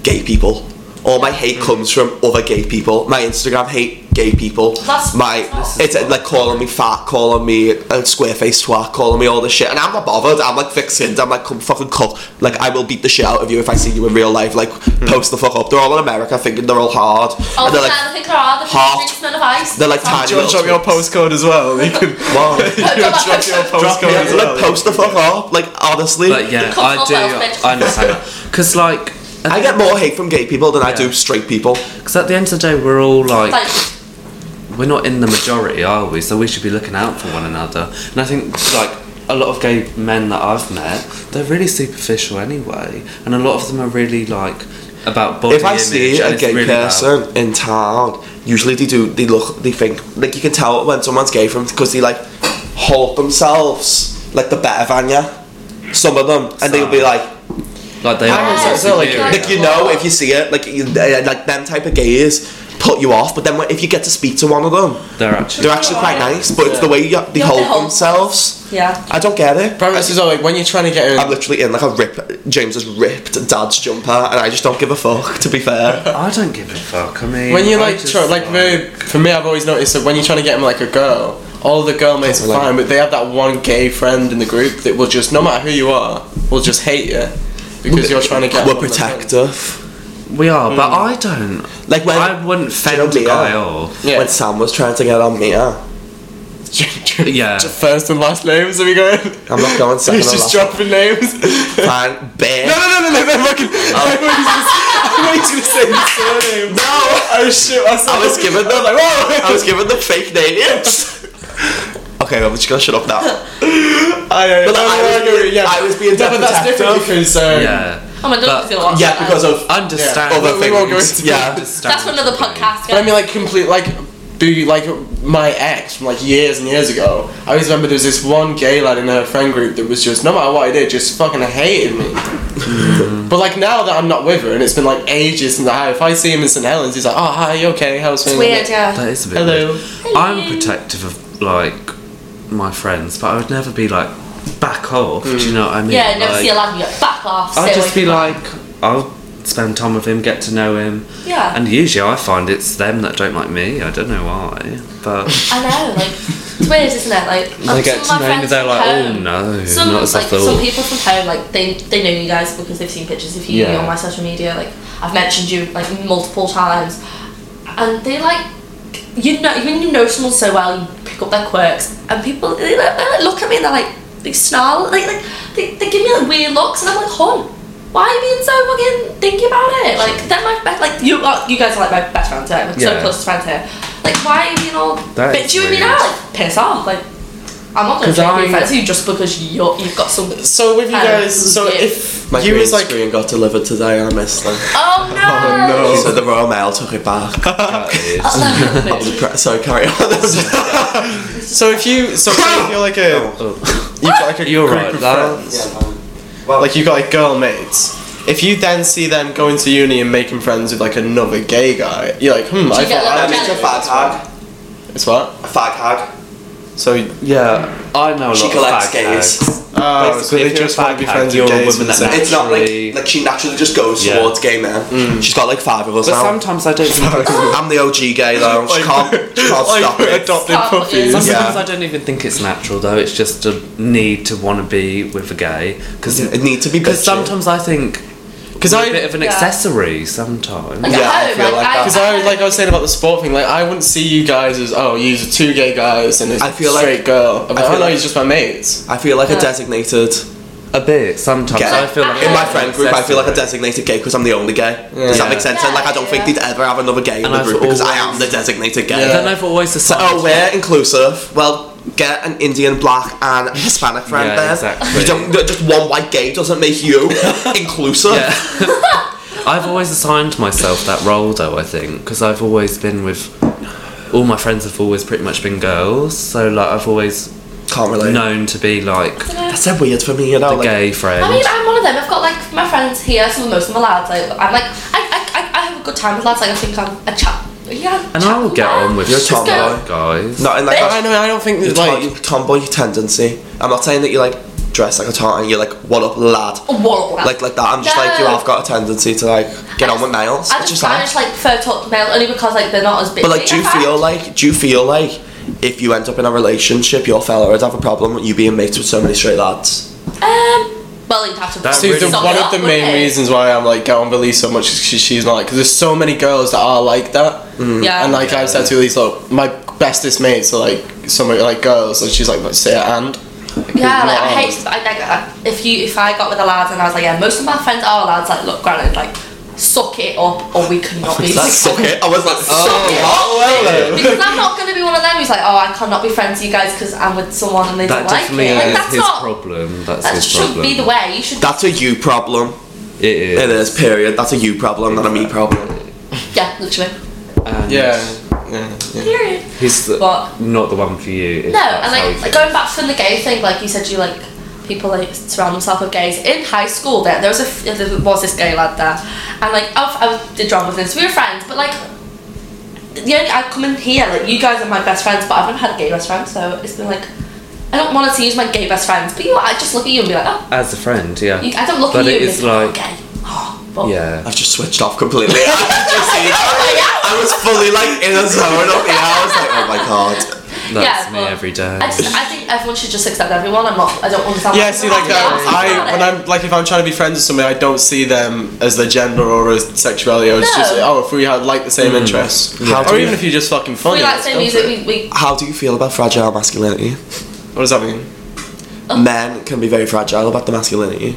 gay people. All my Mm. hate comes from other gay people. My Instagram hate gay people. That's- my it's uh, like calling me fat, calling me a square faced twat, calling me all this shit, and I'm not bothered. I'm like fixing. I'm like come fucking cut. Like I will beat the shit out of you if I see you in real life. Like Hmm. post the fuck up. They're all in America, thinking they're all hard, Oh, and they're the like I think there are the half- streets men of ice. they're like Sorry. tiny Judge little on your twats. postcode as well. You can Wow. you can drop your Drop me, postcode as well. like post the fuck up. Like honestly, But yeah, Because I of do. alphabet. I understand that because like. I get more hate from gay people than I do Yeah. straight people. Because at the end of the day, we're all like, Like, we're not in the majority, are we? So we should be looking out for one another. And I think like a lot of gay men that I've met, they're really superficial anyway, and a lot of them are really like about body if I image. see and a it's gay really about- person in town, usually they do. They look. They think. Like you can tell when someone's gay from because they like hold themselves like the better than you. Some of them, and they'll be like, like they Ah, are. so- so, like, superior. like you know, if you see it, like you, uh, like them type of gays put you off. But then when- if you get to speak to one of them, they're actually. they're actually quite nice. But it's the way you, they Yeah, they hold hold- themselves. yeah. I don't get it. Premise is all like when you're trying to get in. I'm literally in like a rip. James has ripped dad's jumper, and I just don't give a fuck. To be fair. I don't give a fuck. I mean, When you I like, just, try, like very, for me, I've always noticed that when you're trying to get him like a girl, all the girl mates are Like- fine, but they have that one gay friend in the group that will just, no matter who you are, will just hate you because you're trying to get. We're on with them. protective. we are, Mm. but I don't. Like when I wouldn't you know fend a Leah? guy off. Yeah. when Sam was trying to get on Mia. Yeah. First and last names. Are we going? I'm not going second. He's or just last. dropping names. no, Fine, bitch. no, no, no, no! They're fucking. Oh. I was gonna say his surname. No. Oh shit! I, saw I was it. given the I was like, I was given the fake names. okay, I'm just gonna shut up now. I, I, But I, I was I, being- yeah. I was being no, but that's protective. different because um, Yeah. Oh my But- god, feel watch Yeah, because of Understand. other we won't go things. into- Yeah. Understand. That's for another podcast, But I guys. mean, like, complete, like, be like my ex from like years and years ago. I always remember there was this one gay lad in her friend group that was just, no matter what I did, just fucking hated me. Mm. but like now that I'm not with her and it's been like ages since I have, if I see him in St Helens, he's like, oh hi, you okay? How's It's things? I'm weird, like, yeah. That is a bit. Hello. weird. I'm protective of like my friends, but I would never be like back off. Do you know what I mean? Yeah, never like, see a lad and you're back off. I'll stay just away be from that. like, I'll spend time with him, get to know him, Yeah. and usually I find it's them that don't like me. I don't know why, but I know, like, it's weird, isn't it? Like, I um, get some to of my know me. friends They're from like, oh home- no, Some, not like, as I some thought. people from home, like, they, they know you guys because they've seen pictures of you Yeah. on my social media. Like, I've mentioned you, like, multiple times. And they, like, you know when you know someone so well, you pick up their quirks, and people they, like, they like look at me and they're like they snarl, like, like they, they give me like weird looks, and I'm like, hon, why are you being so fucking thinky about it? Like they're my best, like you are, you guys are like my best friends here, like so Yeah. close friends here. Like why are you being all That is bitchy with me weird. now? Like piss off, like. I'm not gonna 'Cause take I- offense to you just because you're, you've got some. So with you Um, guys, so yeah. if My you green was like, screen got delivered today, I missed them. Oh no! So the Royal Mail took it back. no! so carry on. so if you, so if you're like a, you've got like a You're group right, of that- friends, like you've got like girl mates. If you then see them going to uni and making friends with like another gay guy, you're like, hmm, I you get thought I like was jealous? gay. hag. It's what? A fag hag. So, Oh, Yeah, I know a lot She of collects fag gays. hags. oh, so Basically, they if you're just a want to be fag hag, friends you're with a gays. woman and that stuff. It's not Naturally. like like she naturally just goes Yeah. towards gay men. Mm. She's got like five of us But now. sometimes I don't think I'm the OG gay though. She Like- can't. She can't like stop it. adopted Stop it. puppies. Some Sometimes Yeah. I don't even think it's natural though. It's just a need to want to be with a gay because It need to be bitchy. sometimes I think because I- I'm a bit of an Yeah. accessory sometimes. Like, Yeah, I at home, feel like that. Because I like I was saying about the sport thing, like I wouldn't see you guys as oh, you're two gay guys and it's I feel a like- straight girl. I'm I like, feel oh no, like- he's just my mates. I feel like Yeah. a designated A bit sometimes gay. I feel like in I'm my an friend group, I feel like a accessory. designated gay because I'm the only gay. Does that Yeah. make sense? and like I don't think Yeah. they'd ever have another gay in And the I've group because I am always- the designated gay. Yeah. Then I've always decided. Oh, we're inclusive. Well, get an Indian, black, and Hispanic friend Yeah, there. exactly. You don't just one white gay doesn't make you inclusive. Yeah. I've always assigned myself that role though, I think, because I've always been with. All my friends have always pretty much been girls, so like I've always Can't relate. known to be like That's so weird for me, you know. the like- gay friend. I mean, I'm one of them. I've got like my friends here. Some of most of them are lads. Like I'm like I, I, I, I have a good time with lads. Like I think I'm a chap. Yeah. and I will get on with You're a shit, tomboy. guys. Not in like I a know. I don't think your there's tom- like. tomboy tendency. I'm not saying that you like dress like a tomboy. You're like what up, lad. Whoa, Like like that. I'm just like you No. have got a tendency to like get I on with just- nails. I which is just sad. manage like fur talk male only because like they're not as big. But like, do you feel like do you feel like if you end up in a relationship, your fella would have a problem with you being mates with so many straight lads? Um. Well, you'd have to. That's See, really- the, Suck it one of up, the wouldn't main it? reasons why I'm like get on with Lee so much is 'cause she's not like because there's so many girls that are like that, Mm. Yeah. and like I've said to Elise, like my bestest mates are like some are, like girls, and she's like, let's say and Yeah, like I not hate. I, like, I, if you if I got with a lad and I was like, yeah, most of my friends are lads. Like, look, granted, like suck it up, or we cannot be. That's suck it. I was like, Suck it oh, up. because I'm not going to be one of them who's like, oh, I cannot be friends with you guys because I'm with someone and they don't That like definitely it. Like, is that's his not. problem. That's That his should problem. be the way. You should. that's a you problem. It is. It is. Period. That's a you problem, not a me problem. yeah, literally. And yeah, yeah, yeah. Period. He's the, But- not the one for you. if No, that's and how you like, like feel. going back from the gay thing, like you said, you like people like surround themselves with gays. In high school, there there was a there was this gay lad there, and like oh, I, I did drama with him, so we were friends. But like, the only I come in here, like you guys are my best friends, but I haven't had a gay best friend, so it's been like I don't want to use my gay best friends. But you, know, I just look at you and be like, oh, as a friend, yeah. you, I don't look But at you. it and is be like, oh, like- gay. Oh, but oh, yeah. I've just switched off completely. I, just see that. I was fully like in a zone up here. I was like, oh my god. That's yeah, me but every day. I just I think everyone should just accept everyone. I'm not. I don't understand. why Yeah, see, like uh, um, people are upset I, I about it. when I'm like if I'm trying to be friends with somebody, I don't see them as their gender or as sexuality. Or it's just No. oh, if we had like the same interests, Mm. How do or you- even if you're just fucking funny. we like let's same go music. for it. We, we How do you feel about fragile masculinity? What does that mean? Oh. Men can be very fragile about the masculinity.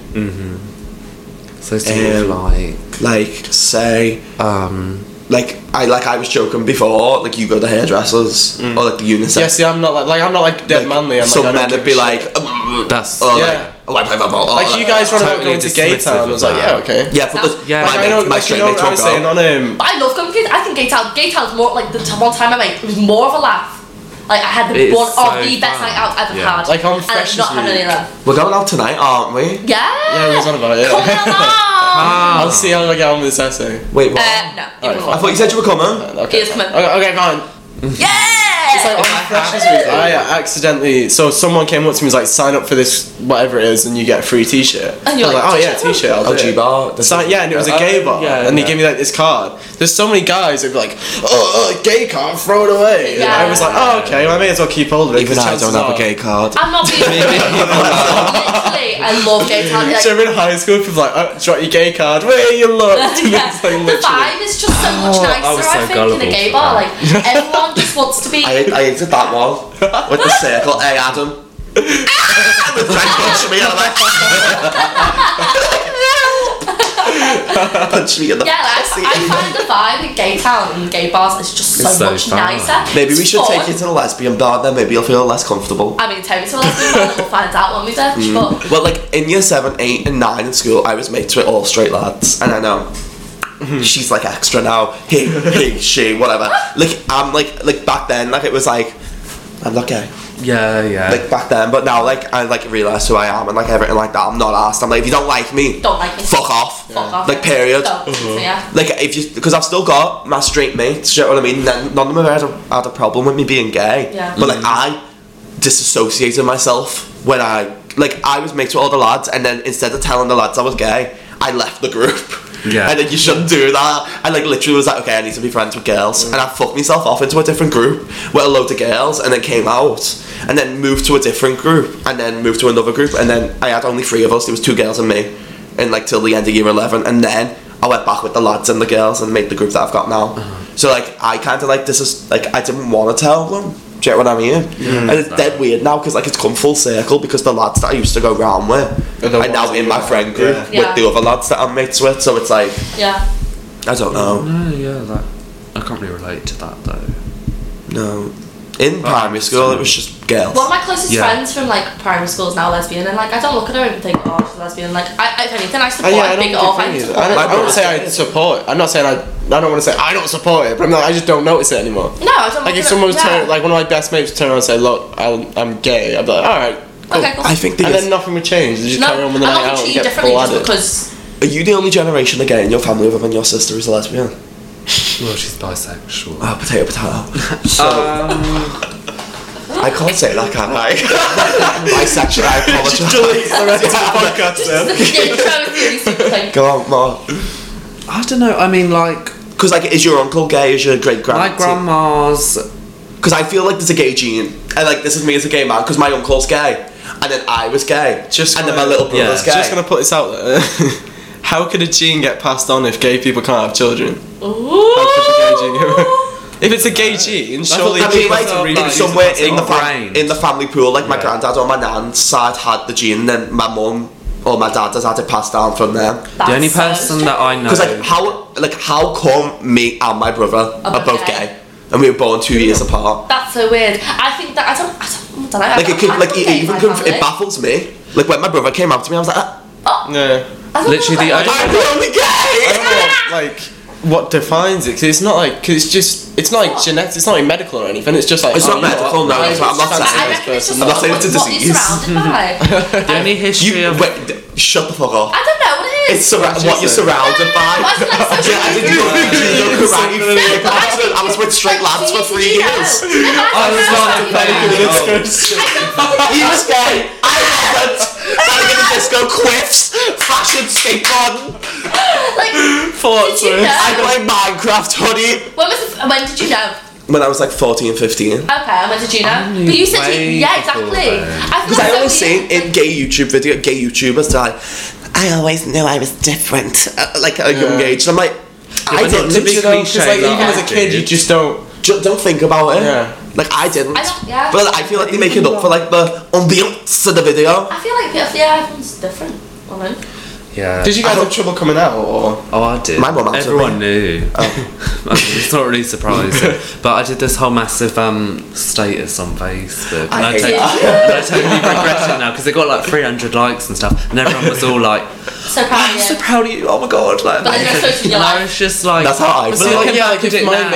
so Um, sort of like Like, say, um like I like I was joking before, like you go to hairdressers or like the unisex. Yeah, see, I'm not like, like I'm not like dead like, manly. I'm some like, I men don't would be give a like, shit. "Mm, That's- or Yeah. like, oh, I play football," or like you guys run about totally going to gay dismissive town. I of was like, that. yeah, okay. Yeah, but the, Yeah. my, Like, I mate- know, my like, you straight know mates what won't I was go. saying on him. But I love going gay. I think gay town, gay town's more like the t- one time I went it was more of a laugh. Like I had the It is one so of the best fun. night out I've ever Yeah. had. Like, on and I've Freshers not had any of Week. them. We're going out tonight, aren't we? Yeah. Yeah, we was on about it. Come on Yeah. out. I'll see how I get on with this essay. Wait, what? Uh, no. you Alright, won't. I thought you said you were coming. Okay, Yes, come on. okay, okay, fine. yeah. Like, on Freshers Week, I accidentally so someone came up to me and was like, sign up for this whatever it is, and you get a free T-shirt. And you're I was like, Oh, like, oh yeah, T-shirt. I'll do LG it." bar. The Sign- yeah, and it was a gay bar, yeah, and he yeah. gave me like this card. There's so many guys that'd be like, "Oh, uh, gay card, throw it away." And I was like, "Oh, okay, well, I may as well keep hold of it." Even 'cause I don't chances have are- a gay card. I'm not being. Literally, I I love gay talent. Like, so in high school, people were like, oh, drop your gay card, where you looked. And yeah, it's like, the literally. vibe is just so much Oh, I nicer. I, was so think in gullible a gay for bar, that. like everyone just wants to be. I, I hated that one with the circle. Hey, Adam. Ah! the drag punched me, and I'm like, punched me in the yeah, like, pussy. I find the vibe in gay town and gay bars is just so, It's so much fun. nicer. Maybe we It's should take fun. you to the lesbian bar, then maybe you'll feel less comfortable. I mean, Terry, so let's be fun. We'll find out when we do. But Well, like in year seven, eight, and nine in school, I was mates with all straight lads, and I know she's like extra now. He, he, she, whatever. Like I'm like like back then, like it was like I'm not gay. Yeah, yeah. Like back then, but now like I like realize who I am and like everything like that. I'm not asked. I'm like if you don't like me, don't like me. fuck off. Fuck off. Like period. Don't. So, yeah. Like if you, because I've still got my straight mates. You know what I mean? None none of them had a, had a problem with me being gay. Yeah. But like I disassociated myself when I like I was mates with all the lads, and then instead of telling the lads I was gay, I left the group. Yeah. And then you shouldn't do that. I like literally was like, okay, I need to be friends with girls, and I fucked myself off into a different group with a load of girls, and then came out, and then moved to a different group, and then moved to another group, and then I had only three of us. There was two girls and me, and like till the end of year eleven, and then I went back with the lads and the girls and made the group that I've got now. Uh-huh. So like I kind of like this is like I didn't want to tell them. Do you get what I mean? And it's dead weird now because like it's come full circle because the lads that I used to go round with Are the are now ones in that my you- friend group yeah. Yeah. with the other lads that I'm mates with. So it's like Yeah. I don't know. no, yeah, that. I can't really relate to that though. No, in primary it's school it fine. was just girls. One of my closest Yeah. friends from like primary school is now lesbian, and like I don't look at her and think, oh, she's lesbian. Like I, if anything, I Uh, support. I, think, oh, I either. support. I don't, My I don't brother- say I support. I'm not saying I. I don't want to say I don't support it, but I'm like, I just don't notice it anymore. No, I don't. Like if look at- someone was yeah. turn, like one of my best mates would turn around and say, "Look, I'm, I'm gay," I'd be like, "All right." Cool. okay, cool. I think the And then nothing would change. You just no, carry on with the I'm night not out and treat you get differently just blooded. because. are you the only generation again in your family other than your sister is a lesbian? Well, she's bisexual. Ah, potato, potato. So Um, I can't say that, can I? Bisexual. I apologize. the rest of the podcast then. yeah, so it's really stupid, like, Go on, Ma. I don't know. I mean, like Because like, is your uncle gay? Is your great grandma? my grandma's. Because I feel like there's a gay gene, and like this is me as a gay man. Because my uncle's gay, and then I was gay, Just and then my gonna- little brother's Just gay. gonna put this out there. How could a gene get passed on if gay people can't have children? Ooh. If it's a gay gene, surely I people mean, like, have to in reproduce somewhere it in the themselves. fam- brain. in the family pool, like my Yeah. granddad or my nan's side had the gene, and then my mum or my dad has had it passed down from them. the only That's so person that I know. Because like how like how come me and my brother Are are, both both gay. gay, and we were born two years apart? That's so weird. I think that I don't. I don't, I don't know. I Like it don't- could, I like don't it get even my conf- family. it baffles me. Like when my brother came out to me, I was like, "Ah, Oh, Yeah. I don't know, Literally the like- I'm the only I gay. don't know, like, what defines it? Because it's not like, because it's just, it's not like genetics, it's not like medical or anything, it's just like. It's not oh, you know medical, what? no, I that's what I'm not fancy I saying. this reckon it's I'm person. just what, not saying what, it's a what you're disease. surrounded by. the only You history of wait, d- shut the fuck up. I don't know what it It's is. surra- what you're surrounded by. What's like Yeah, I didn't know social that you know karate. I was with straight lads for three years. I was not Panic in the Oh. disco. He was gay. I wasn't. Panic in the disco. Quiffs. Fashion skateboard. Like, Thoughts Did you were- know? I play Minecraft, honey. when was the, uh, when did you know? When I was like 14, 15. Okay, and when did you know? knew But you said, you, way yeah, before exactly. then. I feel Because like I so always see many- in gay YouTube video, gay YouTubers, they're like, I always knew I was different, uh, like at a young Yeah. age. And I'm like, I but not didn't. to be you know, clean 'cause, Because, like, like, even as a kid, you just don't. ju- don't think about it. Yeah. Like I didn't. I don't- yeah. But I feel like they make it up for like the ambiance of the video. I feel like yeah, everyone's different. I don't know. yeah. Did you guys I have trouble coming out, or? Oh, I did. My mum answered Everyone knew. Oh. I mean, it's not really surprising, but I did this whole massive um status on Facebook, and I I, hate take- and I totally regret it now because it got like 300 likes and stuff, and everyone was all like, So proud I'm of so you. proud of you. Oh my god. Like, But then you're supposed to be and I like, was just like, That's how I But feel. looking Like, Oh, yeah, back like at if it my now-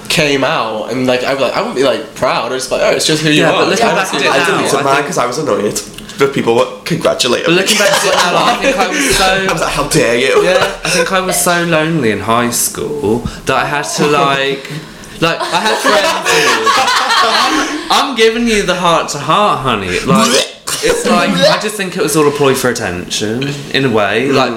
mate came out and like I'd be like I wouldn't be like proud. I'd just be like oh it's just who you Yeah, are. but looking I back don't at see it it. I now- deleted I mine think- because I was annoyed. But people were congratulating. But me. looking back to it now, I think I was so. I was like, how dare you? Yeah, I think I was so lonely in high school that I had to like, like I had friends. who- I'm, I'm giving you the heart to heart, honey. Like it's like I just think it was all a ploy for attention in a way. Hmm. Like,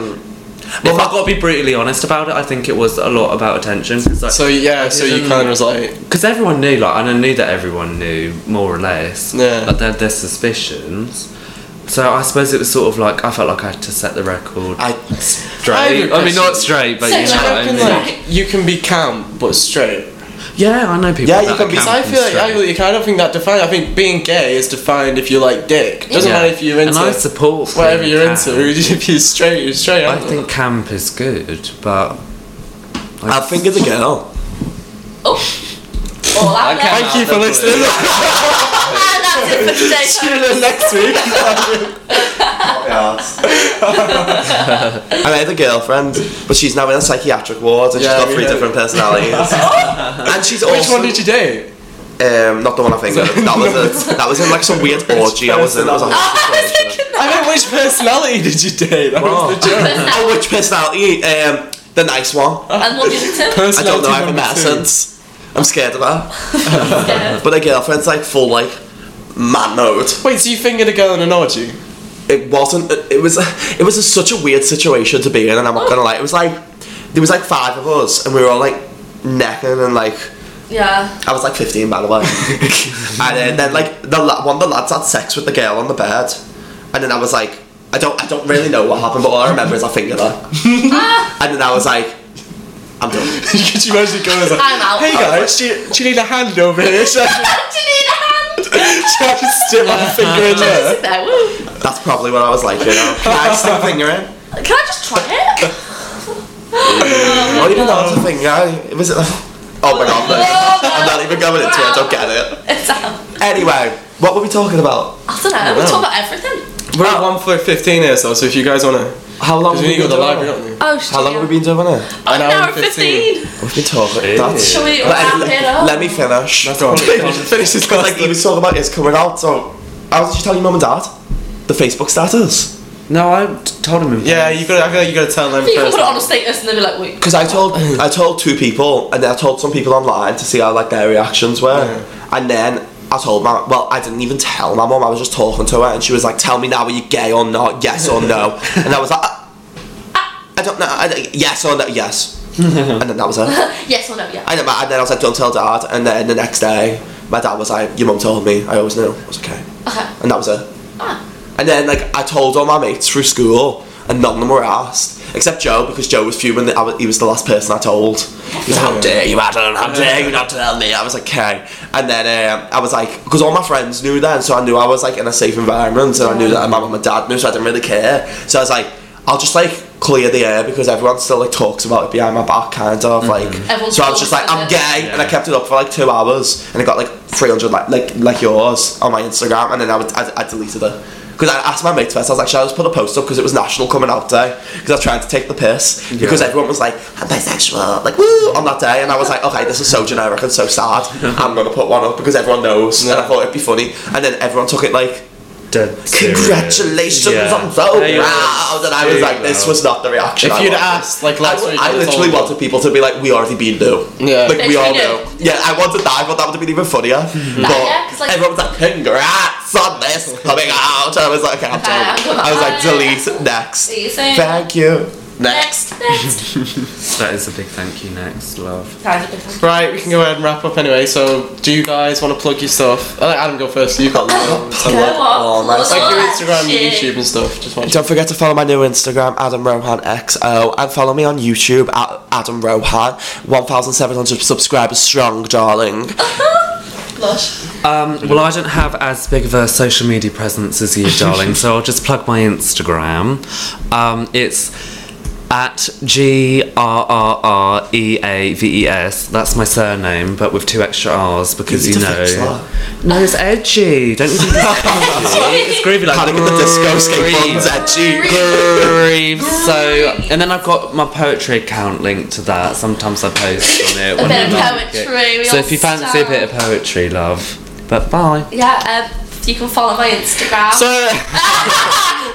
well, if I got to be brutally honest about it, I think it was a lot about attention. Cause like, So yeah, so you didn't- kind of was like because everyone knew, like, and I knew that everyone knew more or less, Yeah. like they had their suspicions. So I suppose it was sort of like I felt like I had to set the record. I straight. have a I mean, question. not straight, but So you know like- what I reckon, mean. like, you can be camp but straight. Yeah, I know people. Yeah, that you are can be- camp Because I and feel like straight. I, really- I don't think that defined. I think being gay is defined if you like dick. Doesn't Yeah. matter if you're And into I support whatever being you're camp. into. If you're straight, you're straight. I aren't you? think camp is good, but I think it's a girl. Oh. All out I can't- there. Thank you for listening. And that's it for today. Tune in next week. I had a girlfriend, but she's now in a psychiatric ward and Yeah, she's got we three know. different personalities. and she's also Which one did you date? um, not the one I think of. That was it. That was in like some weird orgy. I was in. It was a I whole was situation. thinking I meant which personality did you date? That was the joke. that. Oh, which personality? Um, the nice one. And what did it I don't know. I haven't met her number two. since. I'm scared of her. Yeah. But her girlfriend's like full like man mode. Wait, so you fingered a girl in an orgy? It wasn't. It was. It was a, such a weird situation to be in, and I'm not gonna lie. It was like there was like five of us, and we were all like necking and like. Yeah. I was like 15 by the way. and then, then like the la- one of the lads had sex with the girl on the bed, and then I was like, I don't, I don't really know what happened, but all I remember is I fingered her, Ah, and then I was like, I'm done. Could you imagine going as like, I'm out. Hey guys, do you, do you need a hand over here? Should I just, do you need a hand? should I just stick my finger in there? Sit there, woo. That's probably what I was like, you know. Can I stick a finger in? Can I just try it? Not even though it's a finger. It was. Oh my god, no. I'm not even going into it. I don't get it. It's out. Anyway, what were we talking about? I don't know. We talk about everything. We're at one for fifteen here, so, so if you guys want to, How long have because we we need been to go to the doing library, it? don't we? Oh, How long have we been doing it? An hour hour and and 15. We've been talking. That's. Shall we Let- wrap it up? let me finish. That's all. Finish this because like he was talking about his coming out. So, how did you tell your mum and dad? The Facebook status. no, I t- told him. in Yeah, person. you gotta, I feel like you gotta tell them You can first. put it on a status and they'll be like, wait. Because I told I told two people, and then I told some people online to see how like their reactions were, and then. I told my well, I didn't even tell my mum. I was just talking to her, and she was like, "Tell me now, are you gay or not? Yes or no?" And I was like, "I, I- I don't know. I, don't- yes or no? Yes." and then that was it. Yes or no, yeah. I don't, and then I was like, don't tell dad. And then the next day, my dad was like, your mum told me. I always knew. I was okay. Okay. And that was it. Ah. And then like I told all my mates through school, and none of them were asked except Joe because Joe was fuming. That I was, he was the last person I told. He was like, how dare you, Adam? How dare you not tell me? I was like, okay. And then um, I was like, because all my friends knew then, so I knew I was like in a safe environment, and I knew that my mum and dad knew, so I didn't really care. So I was like, I'll just like clear the air because everyone still like talks about it behind my back, kind of like. Mm-hmm. Everyone's so I was just like, talking I'm about gay, and I kept it up for like two hours, and it got like 300 like like like yours on my Instagram, and then I would, I, I deleted it. Because I asked my mates first, I was like, shall I just put a post up because it was National Coming Out Day? Because I was trying to take the piss. Because everyone was like, I'm bisexual, like, woo, on that day. And I was like, okay, this is so generic and so sad. I'm going to put one up because everyone knows. And I thought it'd be funny. And then everyone took it like, Dead serious. congratulations, Yeah. I'm so There you go. proud. And I was There like, you this go. was not the reaction. If I you'd wanted. asked, like I, last week, I you'd have literally told wanted people to be like, we already been new. Yeah. Like, Bitch, we we all knew. know. Yeah, I wanted that. I thought that would have been even funnier. But yeah, 'cause, like- everyone was like, congrats on this coming out. And I was like, okay, I'm I'm done. gonna- I was like, delete, next. See you soon. Thank you. Next. Next. That is a big thank you. Next, love. Guys, it's been fun. Right, we can go ahead and wrap up anyway. So, do you guys want to plug your stuff? I'll let Adam go first. You've got You like know what? Oh, nice. Look your at Instagram, your shit. YouTube, and stuff. Just watch. Don't forget to follow my new Instagram, Adam Rohan XO, and follow me on YouTube at Adam Rohan. 1,700 subscribers strong, darling. Blush. Um, well, I don't have as big of a social media presence as you, darling. so I'll just plug my Instagram. Um, it's at G R R R E A V E S. That's my surname, but with two extra R's because Easy you, to fix know. that. No, it's edgy. Don't you think it's edgy? it's groovy like Panic at the Disco Groovy. skateboards at G. Grieve. So, and then I've got my poetry account linked to that. Sometimes I post on it. when bit of I like it. poetry, we So all if you fancy a bit of poetry, love. But bye. Yeah, um, you can follow my Instagram. So,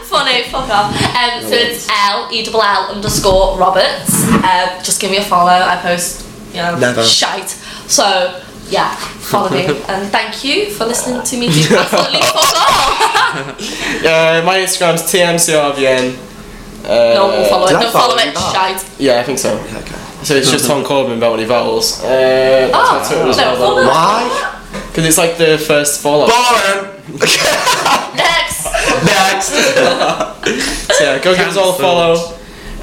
Funny, fuck off. Um, so it's L E double L underscore Roberts. Um, just give me a follow. I post, you know, Never. shite. So yeah, follow me. and thank you for listening to me do absolutely fuck all. uh, my Instagram's tmcrvn. Uh, no one will follow it. Did I Don't follow follow you it. back? Shite. Yeah, I think so. Okay. So it's just Tom Corbin about when he vowels. Uh, that's Oh, my Twitter as don't well, follow Why? Because it's like the first follow. Boring. Next. Next. So yeah, go give us all a follow.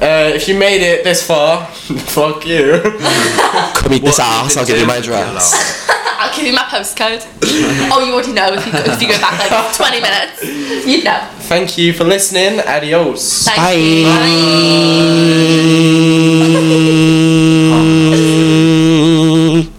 Uh, if you made it this far, fuck you. Come eat this What ass. did I'll give do you my with your address. life? I'll give you my postcode. oh, you already know if you, if you go back like 20 minutes. You know. Thank you for listening. Adios. Thank Bye. you. Bye.